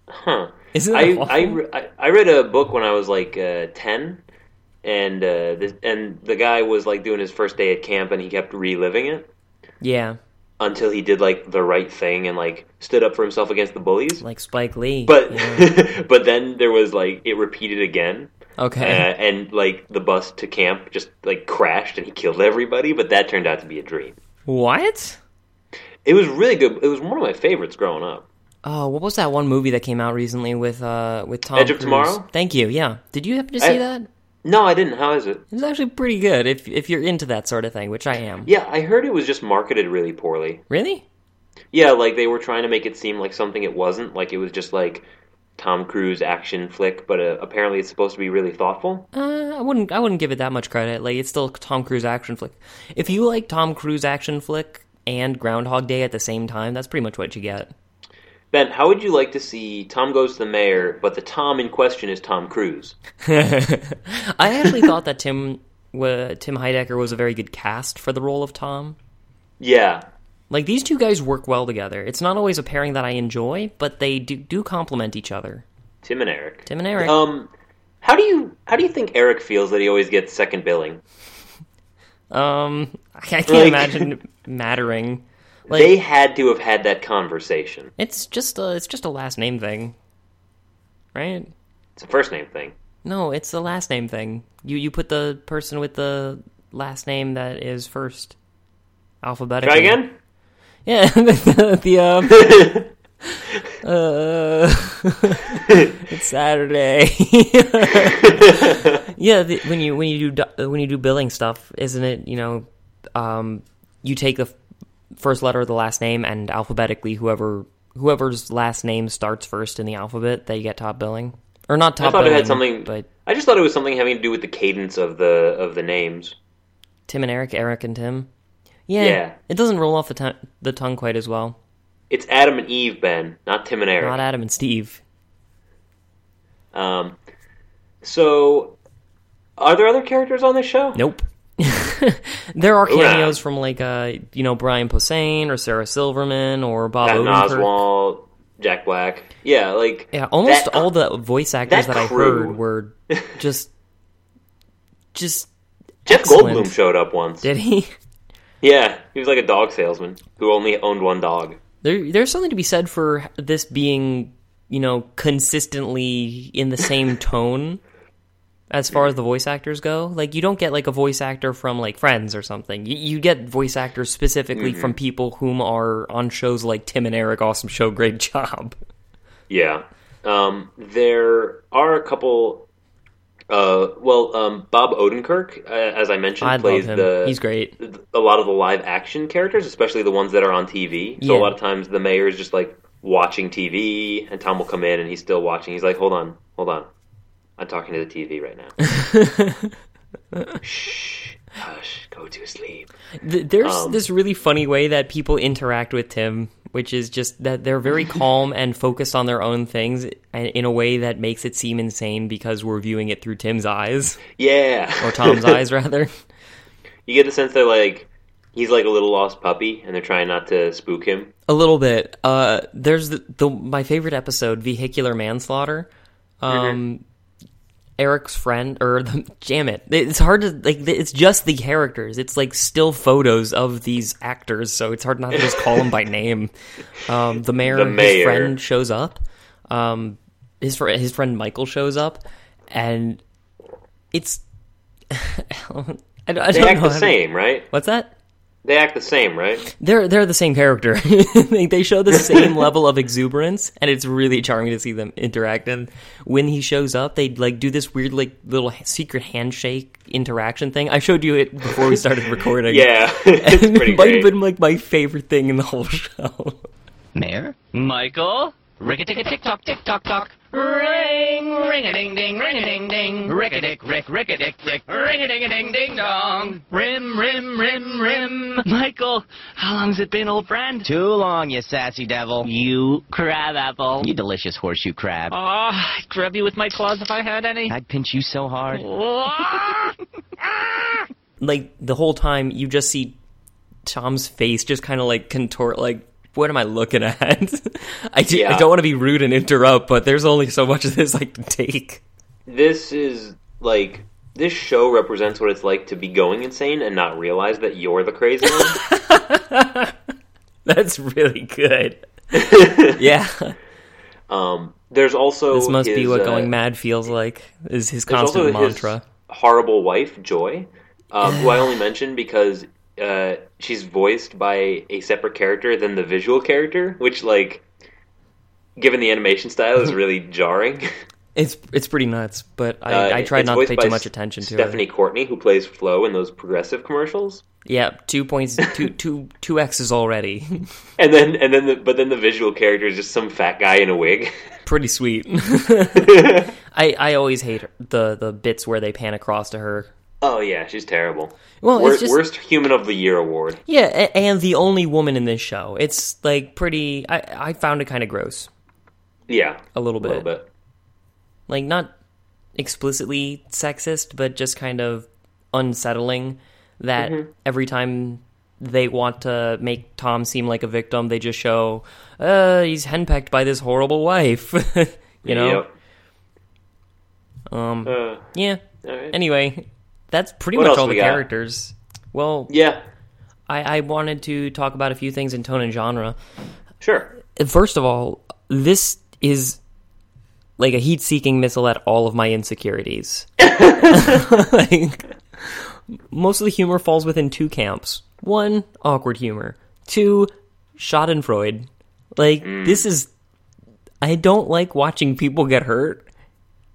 A: Huh.
C: isn't that
A: I,
C: awful?
A: I, re- I I read a book when I was like uh, ten, and uh, this, and the guy was like doing his first day at camp, and he kept reliving it
C: yeah
A: until he did like the right thing and like stood up for himself against the bullies.
C: like spike lee
A: But but then there was like it repeated again. Uh,
C: okay
A: and like the bus to camp just like crashed and he killed everybody, but that turned out to be a dream.
C: what
A: It was really good. It was one of my favorites growing up.
C: oh what was that one movie that came out recently with uh with tom
A: Edge of
C: Cruise?
A: Tomorrow?
C: thank you yeah did you happen to see
A: I-
C: that
A: No, I didn't. How is it?
C: it's actually pretty good if if you're into that sort of thing which i am
A: Yeah, I heard it was just marketed really poorly.
C: really
A: Yeah, like they were trying to make it seem like something it wasn't. Like it was just like Tom Cruise action flick, but uh, apparently it's supposed to be really thoughtful.
C: Uh, I wouldn't. I wouldn't give it that much credit. Like it's still a Tom Cruise action flick. If you like Tom Cruise action flick and Groundhog Day at the same time, that's pretty much what you get.
A: Ben, how would you like to see Tom Goes to the Mayor, but the Tom in question is Tom Cruise?
C: I actually thought that Tim wa Tim Heidecker was a very good cast for the role of Tom.
A: Yeah,
C: Like these two guys work well together. It's not always a pairing that I enjoy, but they do do complement each other.
A: Tim and Eric.
C: Tim and Eric.
A: Um, how do you how do you think Eric feels that he always gets second billing?
C: Um, I can't
A: Like-
C: imagine it mattering. Like
A: they had to have had that conversation.
C: it's just a it's just a last name thing, right?
A: It's a first name thing.
C: No, it's the last name thing. You you put the person with the last name that is first alphabetically.
A: Try again.
C: Yeah, the, the um. uh, it's Saturday. yeah, the, when you when you do do- when you do billing stuff, isn't it? You know, um, you take the f- first letter of the last name and alphabetically, whoever whoever's last name starts first in the alphabet, they get top billing, or not top.
A: I thought it
C: billing,
A: had something.
C: but
A: I just thought it was something having to do with the cadence of the of the names.
C: Tim and Eric, Eric and Tim. Yeah,
A: Yeah.
C: it doesn't roll off the, ton the tongue quite as well.
A: It's Adam and Eve, Ben, not Tim and Eric.
C: Not Adam and Steve.
A: um, so, are there other characters on this show?
C: Nope. there are
A: Ooh, yeah.
C: cameos from like uh, you know Brian Posehn or Sarah Silverman or Bob
A: Patton
C: Odenkirk.
A: Oswalt, Jack Black. Yeah, like
C: Yeah, almost
A: that-
C: all the voice actors
A: that
C: that, I
A: crew.
C: heard were just just
A: Jeff
C: excellent.
A: Goldblum showed up once.
C: did he?
A: Yeah, he was like a dog salesman who only owned one dog.
C: There, there's something to be said for this being you know consistently in the same tone as far as the voice actors go. Like you don't get like a voice actor from like Friends or something. You, you get voice actors specifically
A: Mm-hmm.
C: from people whom are on shows like Tim and Eric, Awesome Show, Great Job.
A: Yeah. Um, there are a couple. Uh, well, um, Bob Odenkirk, uh, as I mentioned,
C: I love
A: plays
C: him.
A: the
C: He's great.
A: a lot of the live action characters, especially the ones that are on TV. So
C: Yeah.
A: a lot of times the mayor is just like watching TV, and Tom will come in and he's still watching. He's like, "Hold on, hold on, I'm talking to the TV right now." Shh, hush, go to sleep.
C: Th- There's
A: Um,
C: this really funny way that people interact with Tim, which is just that they're very calm and focused on their own things and in a way that makes it seem insane because we're viewing it through Tim's eyes
A: Yeah,
C: or Tom's eyes rather.
A: You get the sense they're like he's like a little lost puppy, and they're trying not to spook him.
C: A little bit. Uh, there's the, the my favorite episode, vehicular manslaughter.
A: Mm-hmm.
C: Um, Eric's friend, or the, damn it, it's hard to like. It's just the characters. It's like still photos of these actors, so it's hard not to just call them by name. Um, the mayor,
A: The mayor.
C: his friend shows up. Um, his fr- his friend Michael shows up, and it's. I, don't- I
A: They
C: don't
A: act the
C: know how to-
A: same, right?
C: What's that?
A: They act the same, right?
C: they're they're the same character. they, they show the same level of exuberance, and it's really charming to see them interact. And when he shows up, they like do this weird like little h- secret handshake interaction thing. I showed you it before we started recording.
A: Yeah, it's
C: And
A: pretty
C: it might
A: great.
C: have been like my favorite thing in the whole show.
H: Mayor? Michael? Rick-a-tick, tick-tock, tick-tock, tock. Ring, ring-a-ding-ding, ring-a-ding-ding. Rick-a-dick, rick, rick-a-dick, rick. Ring-a-ding-a-ding-ding-dong. Rim, rim, rim, rim. Michael, how long's it been, old friend? Too long, you sassy devil. You crab apple. You delicious horseshoe crab. Oh, I'd grab you with my claws if I had any. Oh, I'd pinch you so hard.
C: Like the whole time, you just see Tom's face just kind of like contort, like. What am I looking at? I, do,
A: Yeah.
C: I don't want to be rude and interrupt, but there's only so much of this I can take.
A: This is like this show represents what it's like to be going insane and not realize that you're the crazy one.
C: That's really good. yeah,
A: Um, there's also
C: this must be
A: his,
C: what
A: uh,
C: going mad feels like. Is his
A: there's also
C: constant
A: his
C: mantra?
A: horrible wife Joy, um, who I only mention because uh, she's voiced by a separate character than the visual character, which like. Given the animation style is really jarring.
C: It's it's pretty nuts, but I,
A: Uh,
C: I tried
A: it's
C: not to
A: voiced
C: pay
A: by
C: too much
A: S-
C: attention to
A: Stephanie
C: it.
A: Courtney, who plays Flo in those progressive commercials,
C: Yeah, two points, two two two x's already.
A: and then and then the, but then the visual character is just some fat guy in a wig.
C: pretty sweet. I I always hate her, the the bits where they pan across to her
A: Oh yeah, she's terrible.
C: Well,
A: Wor-
C: it's just
A: worst human of the year award.
C: yeah, a- and the only woman in this show. It's like pretty. I I found it kind of gross,
A: Yeah,
C: a little
A: a
C: bit.
A: little bit.
C: Like not explicitly sexist, but just kind of unsettling. That
A: Mm-hmm.
C: every time they want to make Tom seem like a victim, they just show, uh, he's henpecked by this horrible wife. you know.
A: Um. Uh,
C: Yeah.
A: all right.
C: Anyway, that's pretty
A: What
C: much
A: else
C: all
A: we
C: the
A: got?
C: characters. Well,
A: yeah.
C: I, I wanted to talk about a few things in tone and genre.
A: Sure.
C: First of all, this is like a heat seeking missile at all of my insecurities. like, most of the humor falls within two camps one, awkward humor, two, Schadenfreude. Like, this is. I don't like watching people get hurt.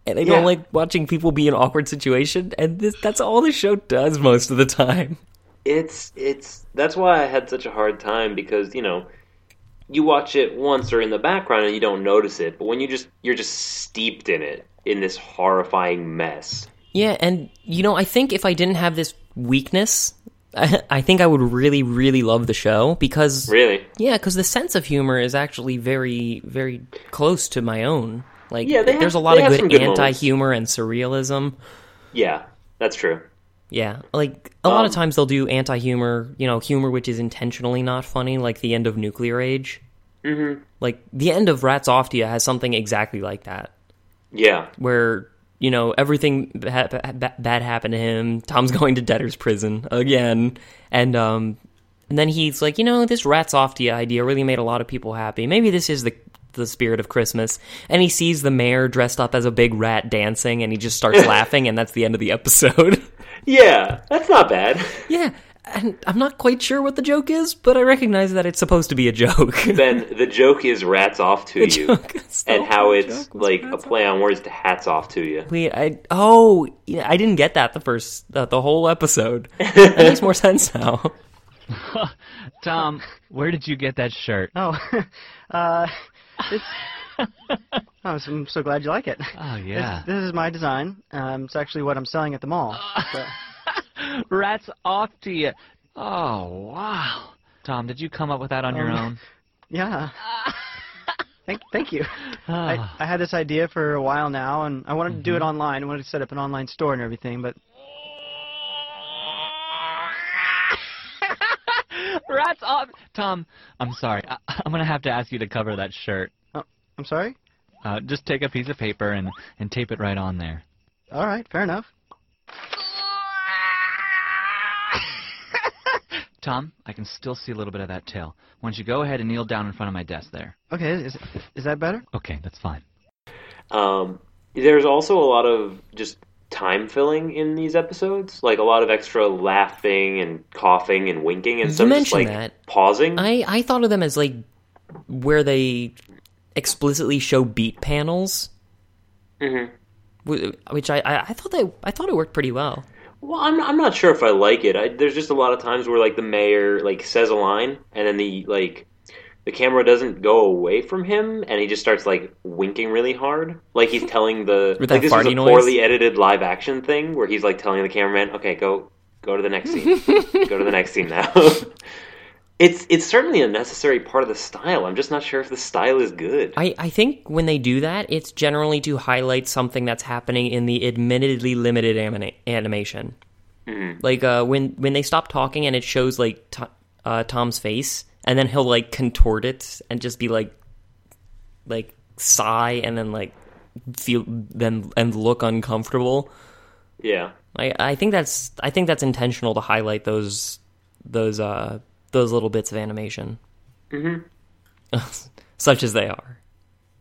C: And I don't
A: Yeah.
C: like watching people be in awkward situation, and this, that's all the show does most of the time.
A: It's it's that's why I had such a hard time because you know you watch it once or in the background and you don't notice it, but when you just you're just steeped in it in this horrifying mess.
C: Yeah, and you know, I think if I didn't have this weakness, I, I think I would really, really love the show because
A: Really.
C: yeah, because the sense of humor is actually very, very close to my own. Like,
A: Yeah, they have-
C: there's a lot
A: they
C: of
A: have some
C: good,
A: good moments.
C: anti-humor and surrealism.
A: Yeah, that's true.
C: Yeah, like a
A: Um,
C: lot of times they'll do anti-humor, you know, humor which is intentionally not funny, like the end of Nuclear Age. Mm-hmm. Like the end of Rats Off to You has something exactly like that.
A: Yeah.
C: where you know everything ha- ba- bad happened to him. Tom's going to debtor's prison again, and um, and then he's like, you know, this rats off to you idea really made a lot of people happy. Maybe this is the the spirit of Christmas. And he sees the mayor dressed up as a big rat dancing, and he just starts laughing, and that's the end of the episode.
A: Yeah, that's not bad.
C: yeah. And I'm not quite sure what the joke is, but I recognize that it's supposed to be a joke.
A: then the joke is rats off to you.
C: joke is the
A: and how
C: whole
A: it's
C: joke was
A: like a play on words to hats off to you.
C: Wait, I oh yeah, I didn't get that the first uh, the whole episode. that makes more sense now.
H: Tom, where did you get that shirt?
I: Oh, uh, it's. I'm so- I'm so glad you like it.
H: Oh, yeah.
I: This is my design. Um, it's actually what I'm selling at the mall. So-
H: Rats off to you. Oh, wow. Um, Tom, did you come up with that on your own?
I: yeah. Thank, thank you.
H: Ah.
I: I, I had this idea for a while now, and I wanted to
H: Mm-hmm.
I: do it online. I wanted to set up an online store and everything, but
H: Rats off. Tom, I'm sorry. I, I'm going to have to ask you to cover that shirt.
I: oh, I'm sorry.
H: Uh, just take a piece of paper and, and tape it right on there.
I: All right, fair enough.
H: Tom, I can still see a little bit of that tail. Why don't you go ahead and kneel down in front of my desk there?
I: Okay, is is that better?
H: Okay, that's fine.
A: Um, there's also a lot of just time filling in these episodes, like a lot of extra laughing and coughing and winking and some just
C: mentioned
A: like
C: that.
A: pausing.
C: I I thought of them as like where they explicitly show beat panels. Mm-hmm. Which I, I I thought that I thought it worked pretty well.
A: well, I'm I'm not sure if I like it. I, there's just a lot of times where like the mayor like says a line and then the like the camera doesn't go away from him and he just starts like winking really hard, like he's telling the
C: With that
A: like this was a
C: farty noise?
A: poorly edited live action thing where he's like telling the cameraman, "Okay, go go to the next scene. go to the next scene now." it's it's certainly a necessary part of the style. I'm just not sure if the style is good.
C: I I think when they do that, it's generally to highlight something that's happening in the admittedly limited anima- animation. Like uh, when when they stop talking and it shows like to- uh, Tom's face, and then he'll like contort it and just be like like sigh and then like feel then and look uncomfortable.
A: yeah.
C: I, I think that's I think that's intentional to highlight those those uh those little bits of animation, mm-hmm. such as they are.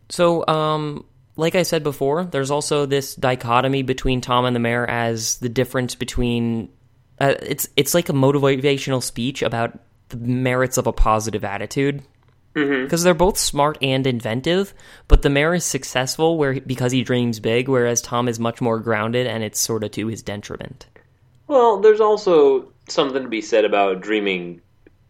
C: So, um, like I said before, there's also this dichotomy between Tom and the mayor as the difference between uh, it's it's like a motivational speech about the merits of a positive attitude because they're both smart and inventive, but the mayor is successful where because he dreams big, whereas Tom is much more grounded, and it's sort of to his detriment.
A: Well, there's also something to be said about dreaming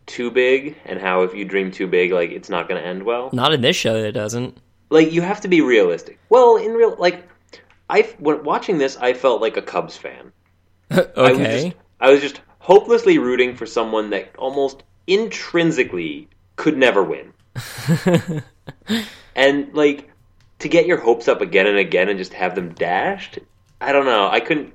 A: too big and how if you dream too big, like it's not going to end well.
C: Not in this show, it doesn't.
A: Like you have to be realistic. Well, in real like I when watching this, I felt like a Cubs fan. I was just,
C: okay.
A: I was just hopelessly rooting for someone that almost intrinsically could never win. and like to get your hopes up again and again and just have them dashed, I don't know. I couldn't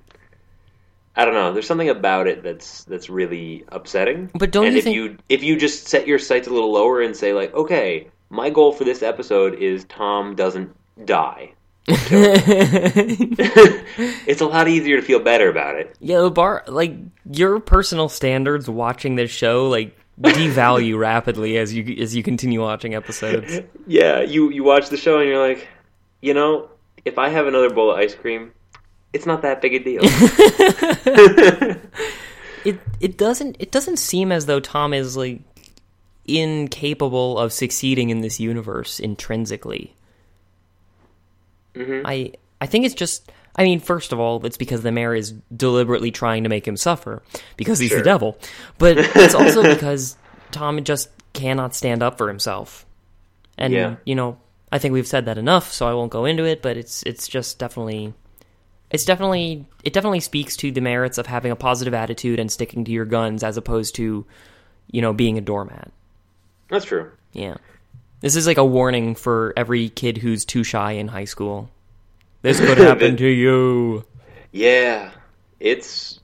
A: I don't know. There's something about it that's that's really upsetting.
C: But don't
A: and
C: you
A: if
C: think-
A: you if you just set your sights a little lower and say like, okay, my goal for this episode is Tom doesn't die. it's a lot easier to feel better about it.
C: yeah, the bar like your personal standards watching this show like devalue rapidly as you as you continue watching episodes.
A: Yeah, you you watch the show and you're like, you know, if I have another bowl of ice cream, it's not that big a deal.
C: It it doesn't it doesn't seem as though Tom is like incapable of succeeding in this universe intrinsically. I I think it's just I mean, first of all, it's because the mayor is deliberately trying to make him suffer because he's the devil. But it's also because Tom just cannot stand up for himself. And
A: Yeah.
C: you know, I think we've said that enough, so I won't go into it, but it's it's just definitely it's definitely it definitely speaks to the merits of having a positive attitude and sticking to your guns as opposed to, you know, being a doormat.
A: That's true.
C: Yeah. This is like a warning for every kid who's too shy in high school. This could happen to you.
A: Yeah, it's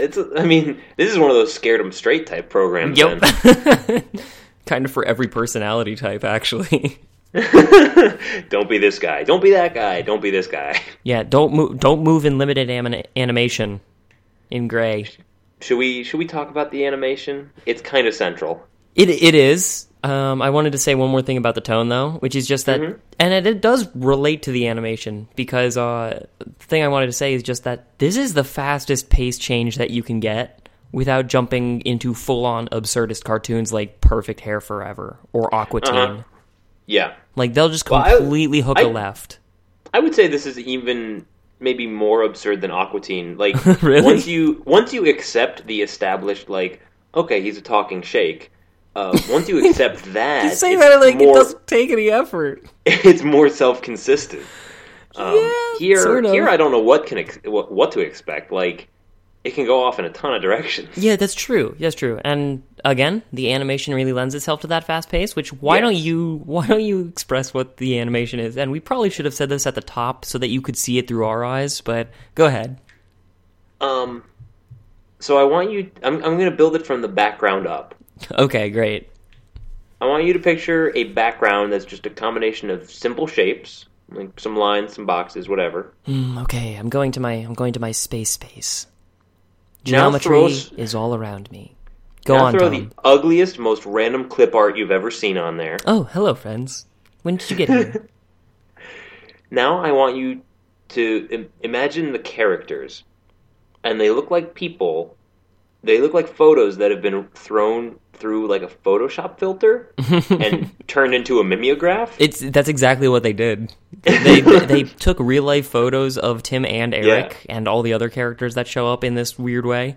A: it's. I mean, this is one of those scared 'em straight type programs.
C: Yep.
A: man.
C: kind of for every personality type, actually.
A: Don't be this guy. Don't be that guy. Don't be this guy.
C: yeah, don't move. Don't move in limited anim- animation. In gray,
A: Should we should we talk about the animation? It's kind of central.
C: it it is. Um, I wanted to say one more thing about the tone, though, which is just that,
A: Mm-hmm.
C: and it, it does relate to the animation because uh, the thing I wanted to say is just that this is the fastest pace change that you can get without jumping into full on absurdist cartoons like Perfect Hair Forever or Aqua Teen.
A: Uh-huh. Yeah,
C: Like they'll just
A: I-
C: completely hook a
A: I-
C: left.
A: I would say this is even maybe more absurd than Aquatine. Like
C: Really?
A: once you once you accept the established like okay, he's a talking shake. Uh, once you accept that,
C: Say
A: it's
C: that like
A: more,
C: it doesn't take any effort.
A: it's more self consistent. Um,
C: Yeah,
A: here,
C: sort of.
A: here, I don't know what can ex- what, what to expect. Like, it can go off in a ton of directions.
C: Yeah, that's true. That's true. And again, the animation really lends itself to that fast pace, which why
A: Yeah.
C: don't you why don't you express what the animation is? And we probably should have said this at the top so that you could see it through our eyes, but go ahead.
A: Um, so I want you. I'm I'm going to build it from the background up.
C: Okay, great.
A: I want you to picture a background that's just a combination of simple shapes, like some lines, some boxes, whatever.
C: Mm, Okay, I'm going to my I'm going to my space space.
A: Now
C: Geometry
A: throw s-
C: is all around me. Go
A: Now
C: on,
A: throw
C: Tom.
A: the ugliest, most random clip art you've ever seen on there.
C: Oh, hello, friends. When did you get here?
A: Now I want you to Im- imagine the characters, and they look like people. They look like photos that have been thrown through like a Photoshop filter and turned into a mimeograph.
C: It's that's exactly what they did. They they took real life photos of Tim and Eric and all the other characters that show up in this weird way,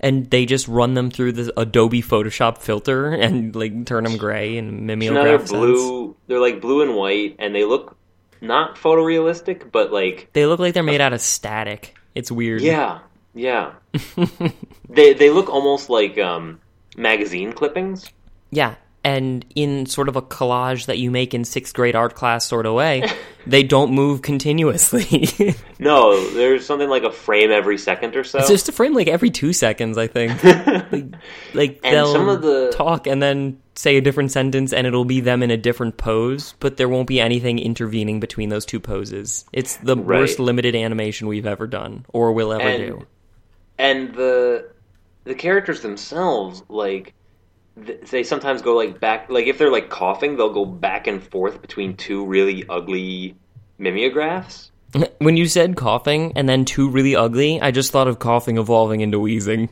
C: and they just run them through the Adobe Photoshop filter and like turn them gray and
A: now they're
C: mimeograph sense.
A: blue. They're like blue and white, and they look not photorealistic, but like
C: They look like they're made out of static. It's weird.
A: yeah, yeah. they they look almost like um, magazine clippings.
C: yeah. And in sort of a collage that you make in sixth grade art class sort of way, they don't move continuously.
A: No, there's something like a frame every second or so.
C: It's just a frame like every two seconds, I think. like, like
A: And
C: they'll
A: some of the-
C: talk and then say a different sentence, and it'll be them in a different pose, but there won't be anything intervening between those two poses. It's the
A: Right.
C: worst limited animation we've ever done or will ever
A: And-
C: do.
A: and the the characters themselves like th- they sometimes go like back like if they're like coughing they'll go back and forth between two really ugly mimeographs
C: When you said coughing and then two really ugly, I just thought of coughing evolving into wheezing.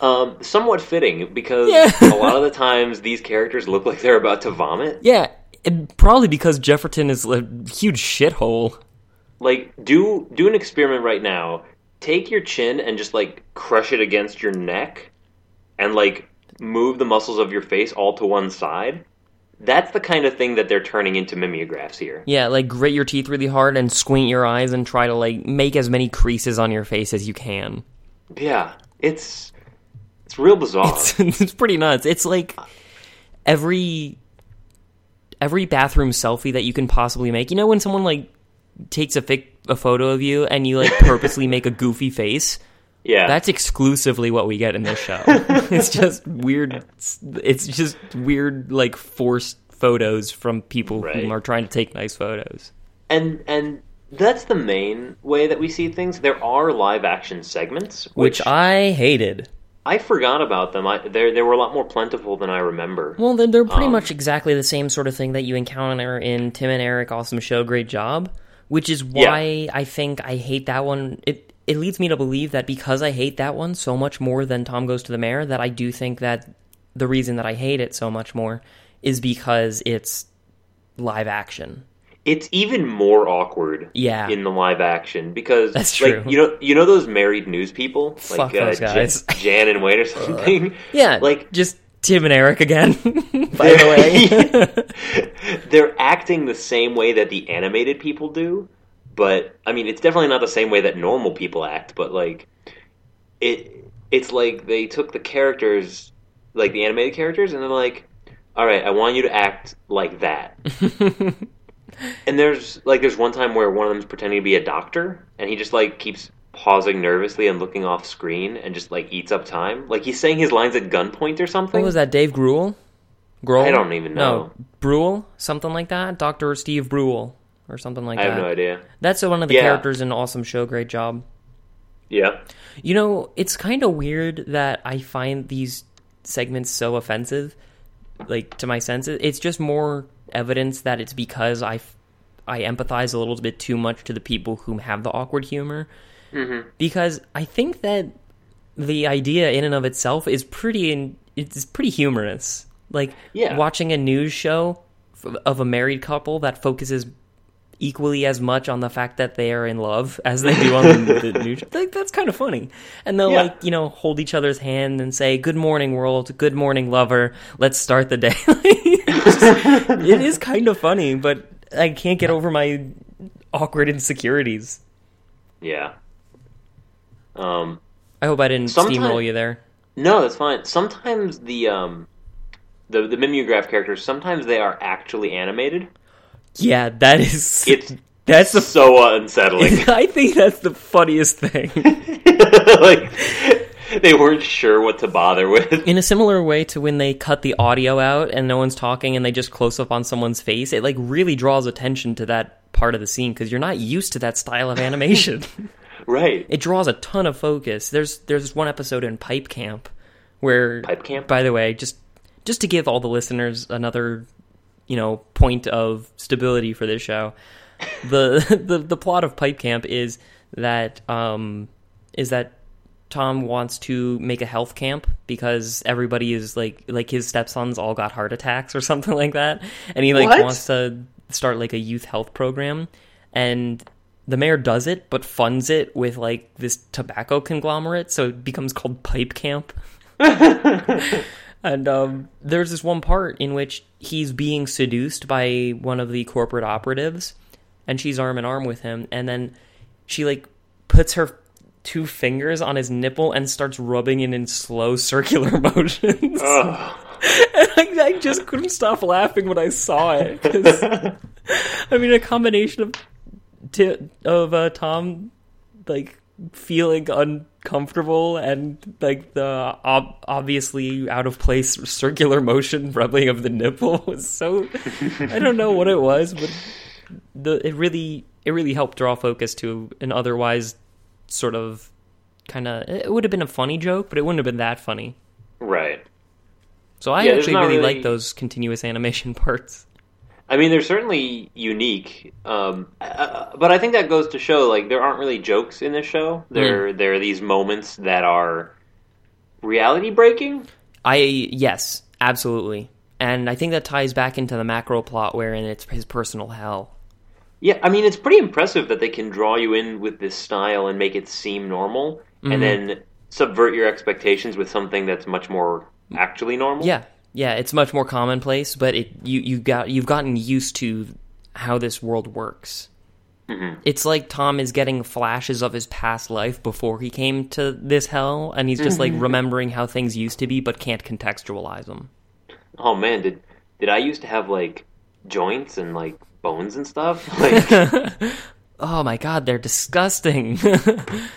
A: um, somewhat fitting because
C: Yeah.
A: a lot of the times these characters look like they're about to vomit
C: Yeah, and probably because Jefferton is a huge shithole.
A: like do do an experiment right now take your chin and just like crush it against your neck and like move the muscles of your face all to one side That's the kind of thing that they're turning into mimeographs here.
C: Yeah, like grit your teeth really hard and squint your eyes and try to like make as many creases on your face as you can.
A: Yeah, it's it's real bizarre.
C: It's, it's pretty nuts. It's like every every bathroom selfie that you can possibly make. You know when someone like takes a fic- a photo of you and you like purposely make a goofy face?
A: yeah,
C: That's exclusively what we get in this show. it's just weird. It's just weird, like forced photos from people
A: Right.
C: who are trying to take nice photos.
A: and and that's the main way that we see things. There are live action segments,
C: Which, I hated.
A: I forgot about them. I, they they were a lot more plentiful than I remember.
C: Well, then they're
A: Um,
C: pretty much exactly the same sort of thing that you encounter in Tim and Eric Awesome Show Great Job, which is why I think I hate that one. It it leads me to believe that because I hate that one so much more than Tom Goes to the Mayor, that I do think that the reason that I hate it so much more is because it's live action.
A: It's even more awkward,
C: Yeah.
A: in the live action because
C: That's
A: like,
C: true.
A: You know, you know those married news people, like
C: Fuck those
A: Jan-
C: guys.
A: Jan and Wayne or something.
C: Yeah,
A: like
C: just Tim and Eric again. by the way,
A: they're acting the same way that the animated people do, but I mean, it's definitely not the same way that normal people act. But like, it it's like they took the characters, like the animated characters, and they're like, "All right, I want you to act like that." and there's like there's one time where one of them's pretending to be a doctor, and he just like keeps pausing nervously and looking off screen and just like eats up time like he's saying his lines at gunpoint or something
C: what was that? Dave Gruel. Gruel.
A: I don't even know.
C: No, Bruel, something like that. Doctor Steve Bruel, or something like
A: i
C: that.
A: have no idea
C: That's one of the
A: Yeah.
C: characters in Awesome Show. Great job.
A: yeah
C: You know, it's kind of weird that I find these segments so offensive, like to my senses. It's just more evidence that it's because I, f- I empathize a little bit too much to the people who have the awkward humor. Because I think that the idea in and of itself is pretty, in, it's pretty humorous. Like
A: Yeah.
C: watching a news show f- of a married couple that focuses equally as much on the fact that they are in love as they do on the, the news. Like, that's kind of funny. And they'll
A: Yeah.
C: like you know hold each other's hand and say, "Good morning, world. Good morning, lover. Let's start the day." It's just- it is kind of funny, but I can't get over my awkward insecurities.
A: Yeah. Um,
C: I hope I didn't
A: Sometime-
C: steamroll you there.
A: no, that's fine. Sometimes the um, the the mimeograph characters sometimes they are actually animated.
C: Yeah, that is.
A: It's
C: that's the.
A: so unsettling.
C: I think that's the funniest thing.
A: like they weren't sure what to bother with.
C: in a similar way to when they cut the audio out and no one's talking and they just close up on someone's face it like really draws attention to that part of the scene because you're not used to that style of animation
A: Right.
C: it draws a ton of focus there's there's this one episode in pipe camp where
A: Pipe Camp?
C: by the way just just to give all the listeners another you know point of stability for this show the the, the plot of pipe camp is that um is that Tom wants to make a health camp because everybody is like like his stepsons all got heart attacks or something like that and he like
A: What?
C: wants to start like a youth health program and the mayor does it but funds it with like this tobacco conglomerate so it becomes called pipe camp and um, there's this one part in which he's being seduced by one of the corporate operatives, and she's arm in arm with him, and then she like puts her two fingers on his nipple and starts rubbing it in slow circular motions. and I, I just couldn't stop laughing when I saw it. 'cause- I mean, a combination of t- of uh, Tom like feeling uncomfortable and like the ob- obviously out of place circular motion rubbing of the nipple was so I don't know what it was, but the it really it really helped draw focus to an otherwise sort of kind of it would have been a funny joke, but it wouldn't have been that funny.
A: Right.
C: So I
A: Yeah, there's
C: actually
A: not
C: really,
A: really-
C: like those continuous animation parts.
A: I mean, they're certainly unique, um, uh, but I think that goes to show like there aren't really jokes in this show. There, there are these moments that are reality breaking.
C: I yes, absolutely. And I think that ties back into the macro plot wherein it's his personal hell.
A: Yeah, I mean it's pretty impressive that they can draw you in with this style and make it seem normal,
C: Mm-hmm.
A: and then subvert your expectations with something that's much more actually normal.
C: Yeah, yeah, it's much more commonplace, but it you you got you've gotten used to how this world works.
A: Mm-hmm.
C: It's like Tom is getting flashes of his past life before he came to this hell, and he's just like
A: Mm-hmm.
C: remembering how things used to be, but can't contextualize them.
A: Oh man, did did I used to have like joints and like bones and stuff? Like,
C: Oh my god, they're disgusting.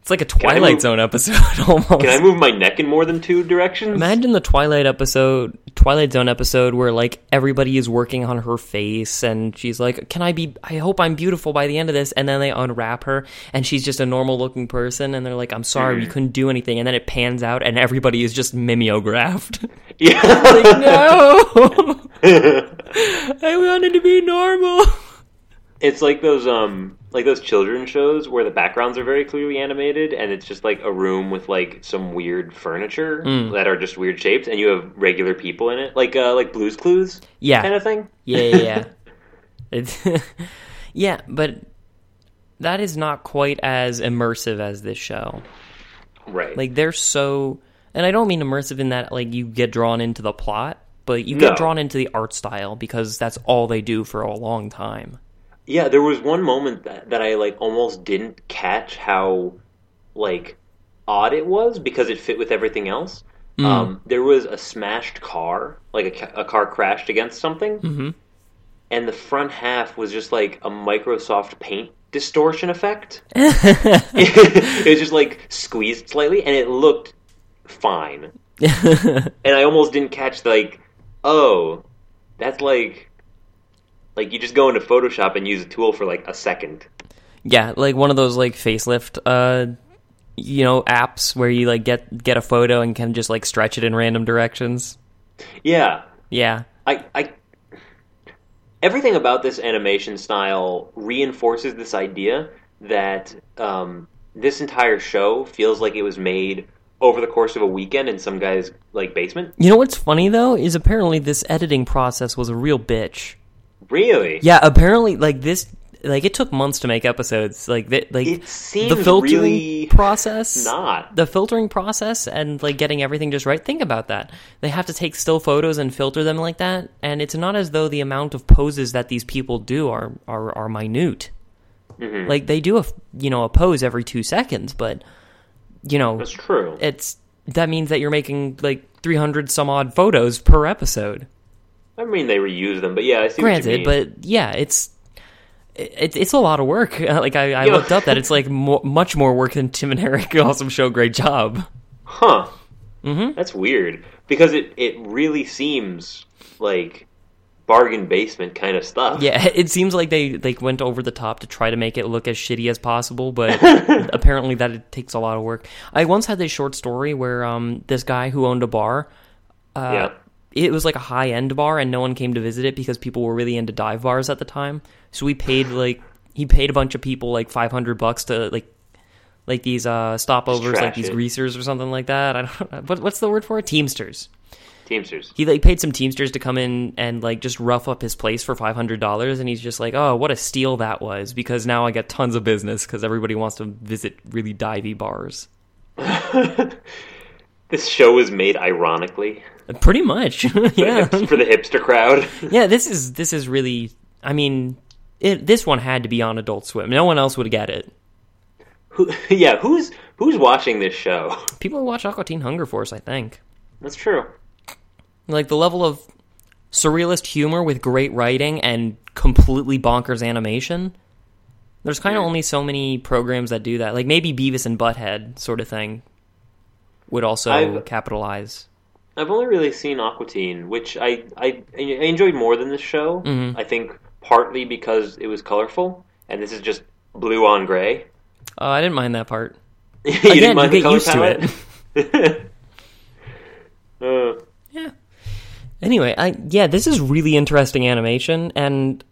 C: it's like a
A: I
C: Twilight
A: move-
C: Zone episode almost.
A: can I move my neck in more than two directions?
C: Imagine the Twilight episode, Twilight Zone episode, where like everybody is working on her face, and she's like, "Can I be? I hope I'm beautiful by the end of this." And then they unwrap her, and she's just a normal-looking person, and they're like, "I'm sorry,
A: Mm-hmm.
C: we couldn't do anything." And then it pans out, and everybody is just mimeographed.
A: Yeah.
C: like, no, I wanted to be normal.
A: it's like those um like those children shows where the backgrounds are very clearly animated and it's just like a room with like some weird furniture
C: Mm.
A: that are just weird shapes and you have regular people in it like uh like blues clues
C: Yeah,
A: kind of thing
C: Yeah, yeah, yeah. It's- yeah, but that is not quite as immersive as this show.
A: right
C: Like they're so, and I don't mean immersive in that like you get drawn into the plot, but you get
A: No.
C: drawn into the art style because that's all they do for a long time.
A: yeah there was one moment that, that i like almost didn't catch how like odd it was because it fit with everything else um there was a smashed car like a, ca- a car crashed against something and the front half was just like a microsoft paint distortion effect it was just like squeezed slightly and it looked fine and i almost didn't catch like oh that's like like you just go into photoshop and use a tool for like a second
C: Yeah, like one of those like facelift, uh, you know, apps where you like get get a photo and can just like stretch it in random directions.
A: yeah
C: Yeah,
A: I, I everything about this animation style reinforces this idea that um, this entire show feels like it was made over the course of a weekend in some guy's like basement.
C: you know what's funny though is apparently this editing process was a real bitch.
A: Really?
C: Yeah, apparently, like this, like it took months to make episodes. Like that, like
A: It seems
C: the filtering
A: really
C: process,
A: not.
C: the filtering process, and like getting everything just right. Think about that. They have to take still photos and filter them like that, and it's not as though the amount of poses that these people do are are are minute.
A: Mm-hmm.
C: Like they do a f- you know a pose every two seconds, but you know
A: That's true.
C: it's that means that you're making like three hundred some odd photos per episode
A: I mean, they reuse them, but yeah, I see.
C: granted
A: what you mean.
C: but yeah it's it, it's a lot of work like i, I
A: Yeah.
C: looked up that it's like mo- much more work than tim and eric awesome show great job
A: huh? Mm-hmm. That's weird because it it really seems like bargain basement kind of stuff.
C: yeah it seems like they like went over the top to try to make it look as shitty as possible but apparently that it takes a lot of work i once had this short story where um this guy who owned a bar
A: yeah.
C: it was like a high end bar and no one came to visit it because people were really into dive bars at the time. So we paid like he paid a bunch of people like 500 bucks to like like these uh stopovers like
A: trash
C: these
A: it.
C: greasers or something like that. I don't know. What, what's the word for it? Teamsters.
A: Teamsters.
C: He like paid some teamsters to come in and like just rough up his place for $500 and he's just like, "Oh, what a steal that was because now I got tons of business cuz everybody wants to visit really divey bars."
A: This show was made ironically
C: Pretty much. yeah.
A: for the hipster crowd.
C: Yeah, this is this is really. I mean, it, this one had to be on Adult Swim. No one else would get it.
A: Who, yeah, who's who's watching this show?
C: People who watch Aqua Teen Hunger Force, I think,
A: That's true.
C: like the level of surrealist humor with great writing and completely bonkers animation. There's kind of only so many programs that do that. Like maybe Beavis and Butthead sort of thing would also
A: I've-
C: capitalize.
A: I've only really seen Aquatine, which I I, I enjoyed more than this show. I think partly because it was colorful, and this is just blue on gray.
C: Uh, I didn't mind that part.
A: you
C: Again,
A: didn't mind
C: you
A: the
C: get
A: color
C: used
A: palette?
C: to it.
A: Uh,
C: Anyway, I yeah, this is really interesting animation and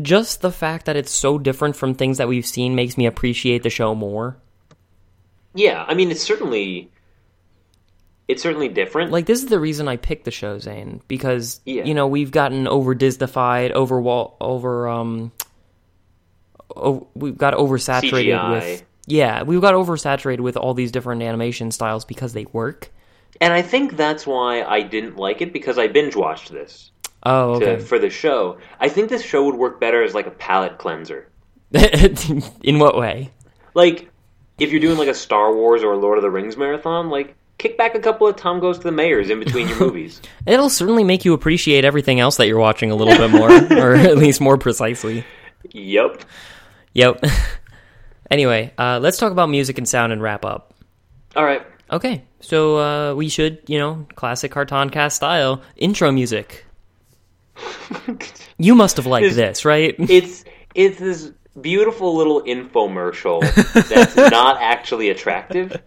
C: just the fact that it's so different from things that we've seen makes me appreciate the show more.
A: yeah, I mean it's certainly it's certainly different.
C: Like this is the reason I picked the show, Zane, because
A: Yeah.
C: you know, we've gotten over Disneyfied, over wall over um oh, we've got oversaturated
A: CGI.
C: with yeah, we've got oversaturated with all these different animation styles because they work.
A: and I think that's why I didn't like it because I binge watched this
C: Oh,
A: to,
C: okay.
A: for the show. I think this show would work better as like a palate cleanser.
C: In what way?
A: Like if you're doing like a Star Wars or Lord of the Rings marathon, like kick back a couple of Tom Goes to the Mayor's in between your movies.
C: It'll certainly make you appreciate everything else that you're watching a little bit more, or at least more precisely.
A: Yep.
C: Yep. anyway, uh, let's talk about music and sound and wrap up.
A: All right.
C: Okay, so uh, we should, you know, classic Cartoncast style intro music. You must have liked
A: This-
C: this, right?
A: it's it's this beautiful little infomercial that's not actually attractive.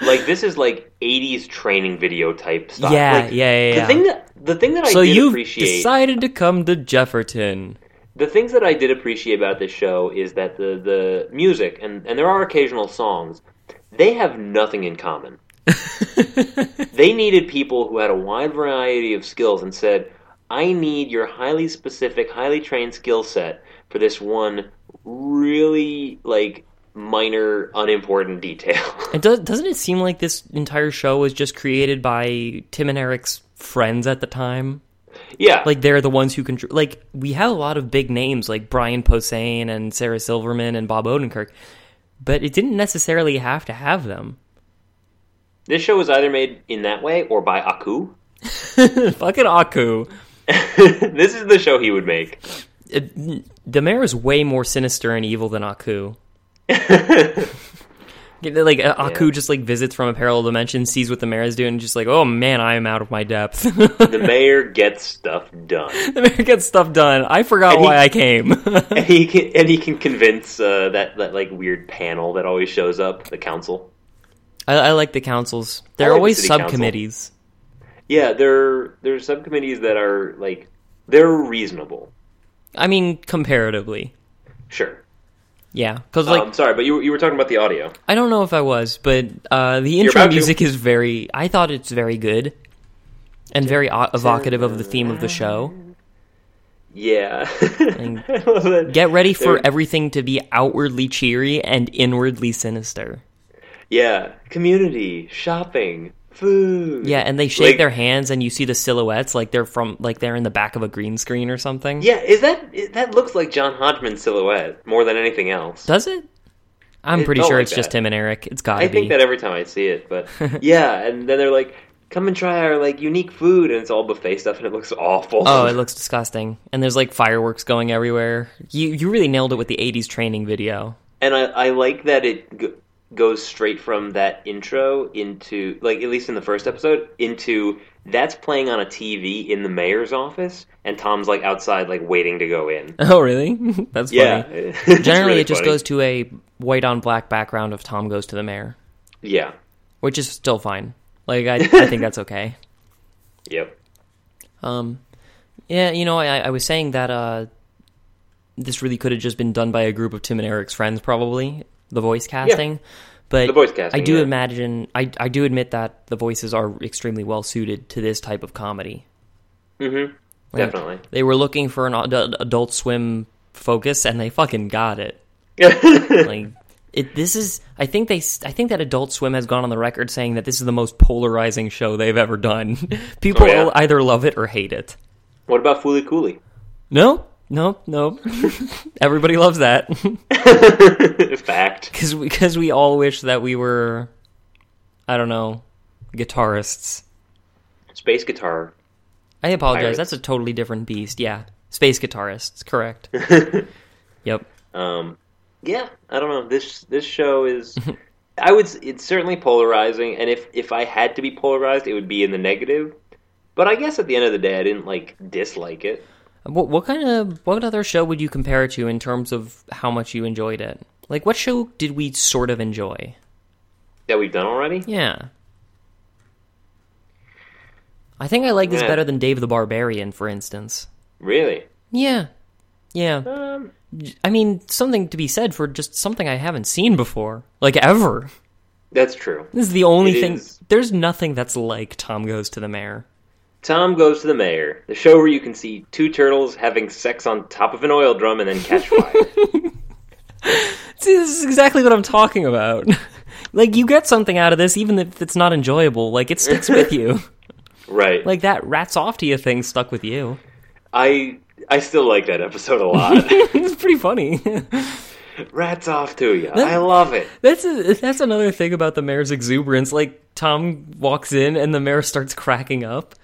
A: Like this is like '80s training video type stuff.
C: Yeah,
A: like,
C: yeah, yeah,
A: The
C: yeah.
A: thing that the thing that I
C: so
A: did
C: you've
A: appreciate
C: decided to come to Jefferton.
A: the things that I did appreciate about this show is that the the music and and there are occasional songs. They have nothing in common. they needed people who had a wide variety of skills and said, "I need your highly specific, highly trained skill set for this one really like minor, unimportant detail."
C: And does, doesn't it seem like this entire show was just created by Tim and Eric's friends at the time?
A: yeah,
C: Like they're the ones who control. Like we have a lot of big names like Brian Posehn and Sarah Silverman and Bob Odenkirk, but it didn't necessarily have to have them.
A: this show was either made in that way or by Aku.
C: Fucking Aku.
A: this is the show he would make.
C: The mayor is way more sinister and evil than Aku. like uh, Aku
A: Yeah.
C: just like visits from a parallel dimension, sees what the mayor is doing, and just like, oh man, I am out of my depth.
A: The mayor gets stuff done.
C: the mayor gets stuff done. I forgot
A: And he-
C: why I came.
A: and he can and he can convince uh, that that like weird panel that always shows up, the council.
C: I, I like the councils. They're
A: like the
C: always
A: city council.
C: subcommittees.
A: Yeah, there there are subcommittees that are like they're reasonable.
C: I mean, comparatively,
A: Sure.
C: yeah. Because like
A: um, sorry, but you were- you were talking about the audio.
C: I don't know if I was, but uh, the intro
A: about to.
C: music is very. I thought it's very good, and very o- evocative of the theme of the show.
A: Yeah. I love that.
C: Get ready for
A: There-
C: everything to be outwardly cheery and inwardly sinister.
A: yeah, community, shopping, food.
C: Yeah, and they shake
A: Like-
C: their hands, and you see the silhouettes like they're from like they're in the back of a green screen or something.
A: Yeah, is that is- that looks like John Hodgman's silhouette more than anything else?
C: does it? I'm
A: It
C: pretty
A: felt
C: sure
A: like
C: it's just
A: that.
C: him and Eric. It's gotta
A: I think
C: be.
A: that every time I see it, but yeah, and then they're like, "Come and try our like unique food," and it's all buffet stuff, and it looks awful.
C: Oh, it looks disgusting. And there's like fireworks going everywhere. You you really nailed it with the 80s training video.
A: and I, I like that it g- goes straight from that intro into like at least in the first episode into that's playing on a TV in the mayor's office and Tom's like outside like waiting to go in.
C: Oh, really? That's funny.
A: Yeah. It's
C: Generally,
A: really
C: it just
A: funny.
C: goes to a white on black background of Tom goes to the mayor,
A: Yeah.
C: which is still fine. Like I, I think that's okay.
A: Yep.
C: Um, yeah, you know, I, I was saying that uh, this really could have just been done by a group of Tim and Eric's friends, probably the voice casting. But
A: The voice
C: I
A: casting,
C: do
A: yeah.
C: imagine, I, I do admit that the voices are extremely well suited to this type of comedy.
A: Mhm.
C: Like,
A: Definitely.
C: they were looking for an ad- Adult Swim focus, and they fucking got it. like it, this is, I think they, s- I think that Adult Swim has gone on the record saying that this is the most polarizing show they've ever done.
A: Oh,
C: People
A: yeah.
C: will either love it or hate it.
A: What about Foolie Cooley?
C: No, no, no. Everybody loves that
A: Fact.
C: because because we all wish that we were, I don't know, guitarists.
A: Space guitar.
C: I apologize.
A: Pirates.
C: That's a totally different beast. Yeah, space guitarists. Correct. yep.
A: Um, yeah, I don't know. This this show is, I would. s- It's certainly polarizing, and if if I had to be polarized, it would be in the negative. But I guess at the end of the day, I didn't like dislike it.
C: What what kind of what other show would you compare it to in terms of how much you enjoyed it? Like, what show did we sort of enjoy?
A: That we've done already.
C: Yeah. I think I like this
A: Yeah.
C: better than Dave the Barbarian, for instance.
A: Really?
C: Yeah. Yeah.
A: Um,
C: I mean, something to be said for just something I haven't seen before, like ever.
A: that's true.
C: This is the only
A: It
C: thing.
A: is.
C: There's nothing that's like Tom Goes to the Mayor.
A: Tom goes to the mayor. The show where you can see two turtles having sex on top of an oil drum and then catch fire.
C: See, this is exactly what I'm talking about. like you get something out of this, even if it's not enjoyable. Like it sticks with you.
A: Right.
C: Like that rats off to you thing stuck with you.
A: I I still like that episode a lot.
C: it's pretty funny.
A: Rats off to you. I love it.
C: that's that's another thing about the mayor's exuberance. Like Tom walks in and the mayor starts cracking up,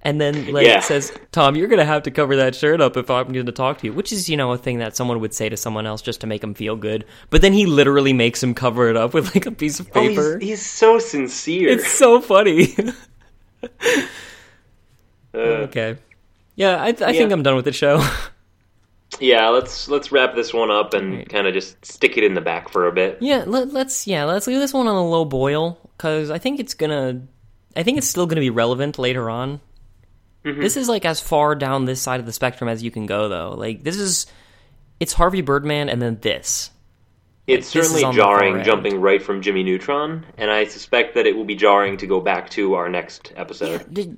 C: and then like
A: Yeah.
C: says, "Tom, you're gonna have to cover that shirt up if I'm going to talk to you," which is you know a thing that someone would say to someone else just to make him feel good. But then he literally makes him cover it up with like a piece of
A: Oh,
C: paper.
A: he's, he's so sincere.
C: it's so funny.
A: Uh,
C: okay, yeah, I, th- I think
A: Yeah.
C: I'm done with the show.
A: yeah, let's let's wrap this one up and kind of just stick it in the back for a bit.
C: Yeah, let, let's yeah, let's leave this one on a low boil because I think it's gonna, I think it's still gonna be relevant later on. This is like as far down this side of the spectrum as you can go, though. Like this is, it's Harvey Birdman and then this.
A: It's
C: this is
A: certainly
C: on the far
A: jarring
C: end.
A: jumping right from Jimmy Neutron, and I suspect that it will be jarring to go back to our next episode.
C: Did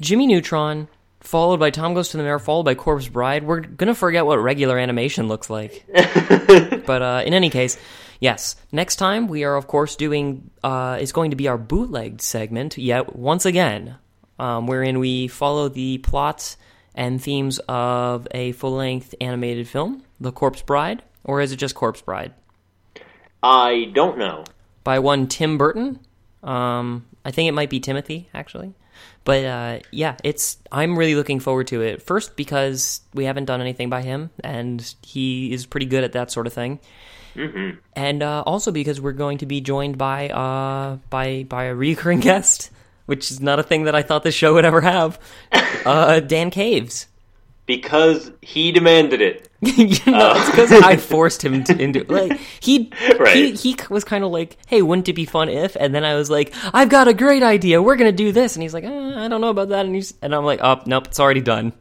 C: Jimmy Neutron followed by Tom Goes to the Mayor, followed by Corpse Bride. We're gonna forget what regular animation looks like. but uh, in any case, yes. Next time we are, of course, doing uh, is going to be our bootlegged segment. Yet once again, um, wherein we follow the plots and themes of a full-length animated film, The Corpse Bride, or is it just Corpse Bride?
A: I don't know.
C: by one Tim Burton. Um, I think it might be Timothy actually, but uh, yeah, it's. I'm really looking forward to it. First because we haven't done anything by him, and he is pretty good at that sort of thing. And uh, also because we're going to be joined by uh, by by a recurring guest, which is not a thing that I thought this show would ever have. uh, Dan Caves.
A: Because he demanded it.
C: you know, it's because I forced him to, into like he he
A: Oh. Right.
C: he was kind of like, hey, wouldn't it be fun if? And then I was like, I've got a great idea. We're gonna do this, and he's like, uh, I don't know about that, and he's and I'm like, oh, nope, it's already done.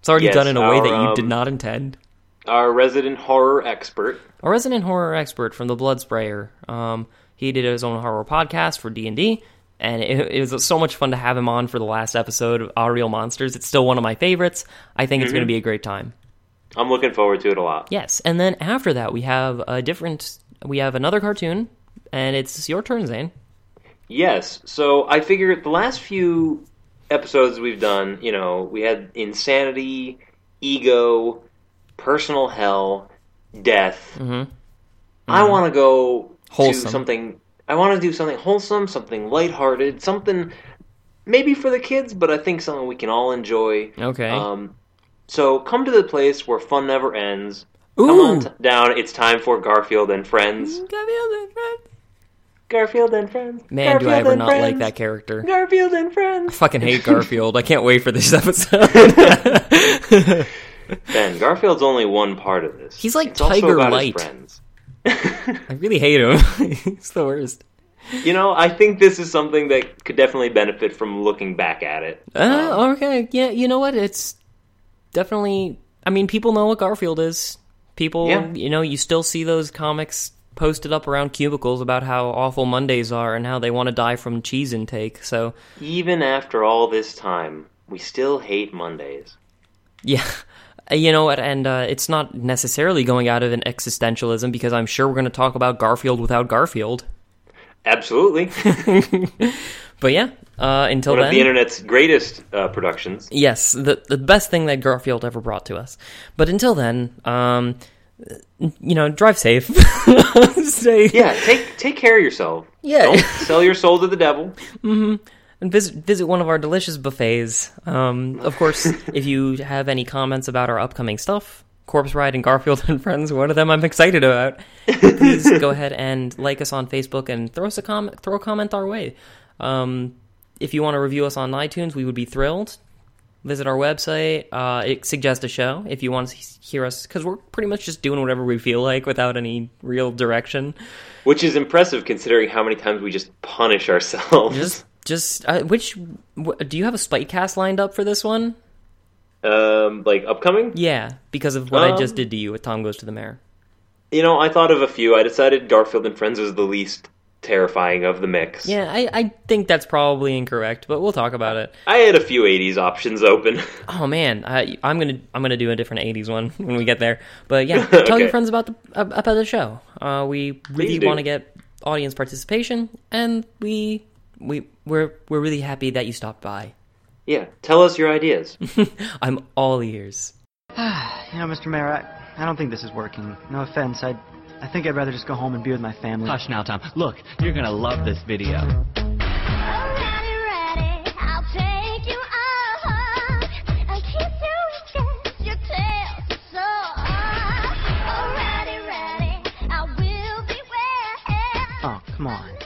C: It's already
A: Yes,
C: done in a way
A: our,
C: that you did
A: um,
C: not intend.
A: Our resident horror expert.
C: A resident horror expert from the Blood Sprayer. Um, he did his own horror podcast for D and D. And it, it was so much fun to have him on for the last episode of Our Real Monsters. It's still one of my favorites. I think it's
A: Mm-hmm.
C: going to be a great time.
A: I'm looking forward to it a lot.
C: Yes, and then after that we have a different. We have another cartoon, and it's your turn, Zane.
A: Yes. So I figure the last few episodes we've done, you know, we had insanity, ego, personal hell, death. I want to go
C: Mm-hmm. Wholesome.
A: do something. I want to do something wholesome, something lighthearted, something maybe for the kids, but I think something we can all enjoy.
C: Okay.
A: Um, so come to the place where fun never ends. Come
C: Ooh, Mm-hmm.
A: on t- down. It's time for Garfield and Friends. Garfield and Friends.
C: man, do
A: Garfield
C: I ever
A: and
C: not like
A: Friends.
C: that character?
A: Garfield and Friends.
C: Fucking hate Garfield. I can't wait for this episode.
A: Ben, Garfield's only one part of this.
C: He's like
A: It's also
C: Tiger
A: about his
C: Light.
A: friends.
C: I really hate him. He's the worst.
A: You know, I think this is something that could definitely benefit from looking back at it. Um,
C: Uh, okay, yeah, you know what? It's definitely. I mean, people know what Garfield is. People,
A: Yeah.
C: you know, you still see those comics posted up around cubicles about how awful Mondays are and how they want to die from cheese intake. So,
A: Even after all this time, we still hate Mondays.
C: yeah. Uh, You know what? And uh, it's not necessarily going out of an existentialism because I'm sure we're going to talk about Garfield without Garfield.
A: Absolutely. One
C: But yeah, uh, until
A: of
C: then.
A: the internet's greatest uh, productions.
C: Yes, the the best thing that Garfield ever brought to us. But until then, um, you know, drive safe. Stay
A: Yeah, take take care of yourself.
C: Yeah.
A: Don't sell your soul to the devil.
C: and visit visit one of our delicious buffets. Um, of course, if you have any comments about our upcoming stuff, Corpse Ride and Garfield and Friends, one of them I'm excited about. Please go ahead and like us on Facebook and throw us a comment, throw a comment our way. Um, if you want to review us on iTunes, we would be thrilled. Visit our website. Uh, it suggest a show if you want to hear us because we're pretty much just doing whatever we feel like without any real direction.
A: Which is impressive considering how many times we just punish ourselves.
C: Just, just uh, which w- do you have a spite cast lined up for this one?
A: Um, like upcoming?
C: Yeah, because of what I just
A: Um,
C: did to you with Tom Goes to the Mayor.
A: You know, I thought of a few. I decided Garfield and Friends was the least terrifying of the mix.
C: Yeah, I, I think that's probably incorrect, but we'll talk about it.
A: I had a few 80s options open.
C: Oh man, I, I'm gonna I'm gonna do a different '80s one when we get there. But yeah, tell your
A: Okay.
C: friends about the ab- about the show. Uh, we really
A: do.
C: want to get audience participation, and we we we're we're really happy that you stopped by.
A: Yeah, tell us your ideas.
C: I'm all ears.
J: You know, Mr. Mayor, I, I don't think this is working. No offense. I, I think I'd rather just go home and be with my family.
H: Hush now, Tom. Look, you're gonna love this video.
J: Oh, come on.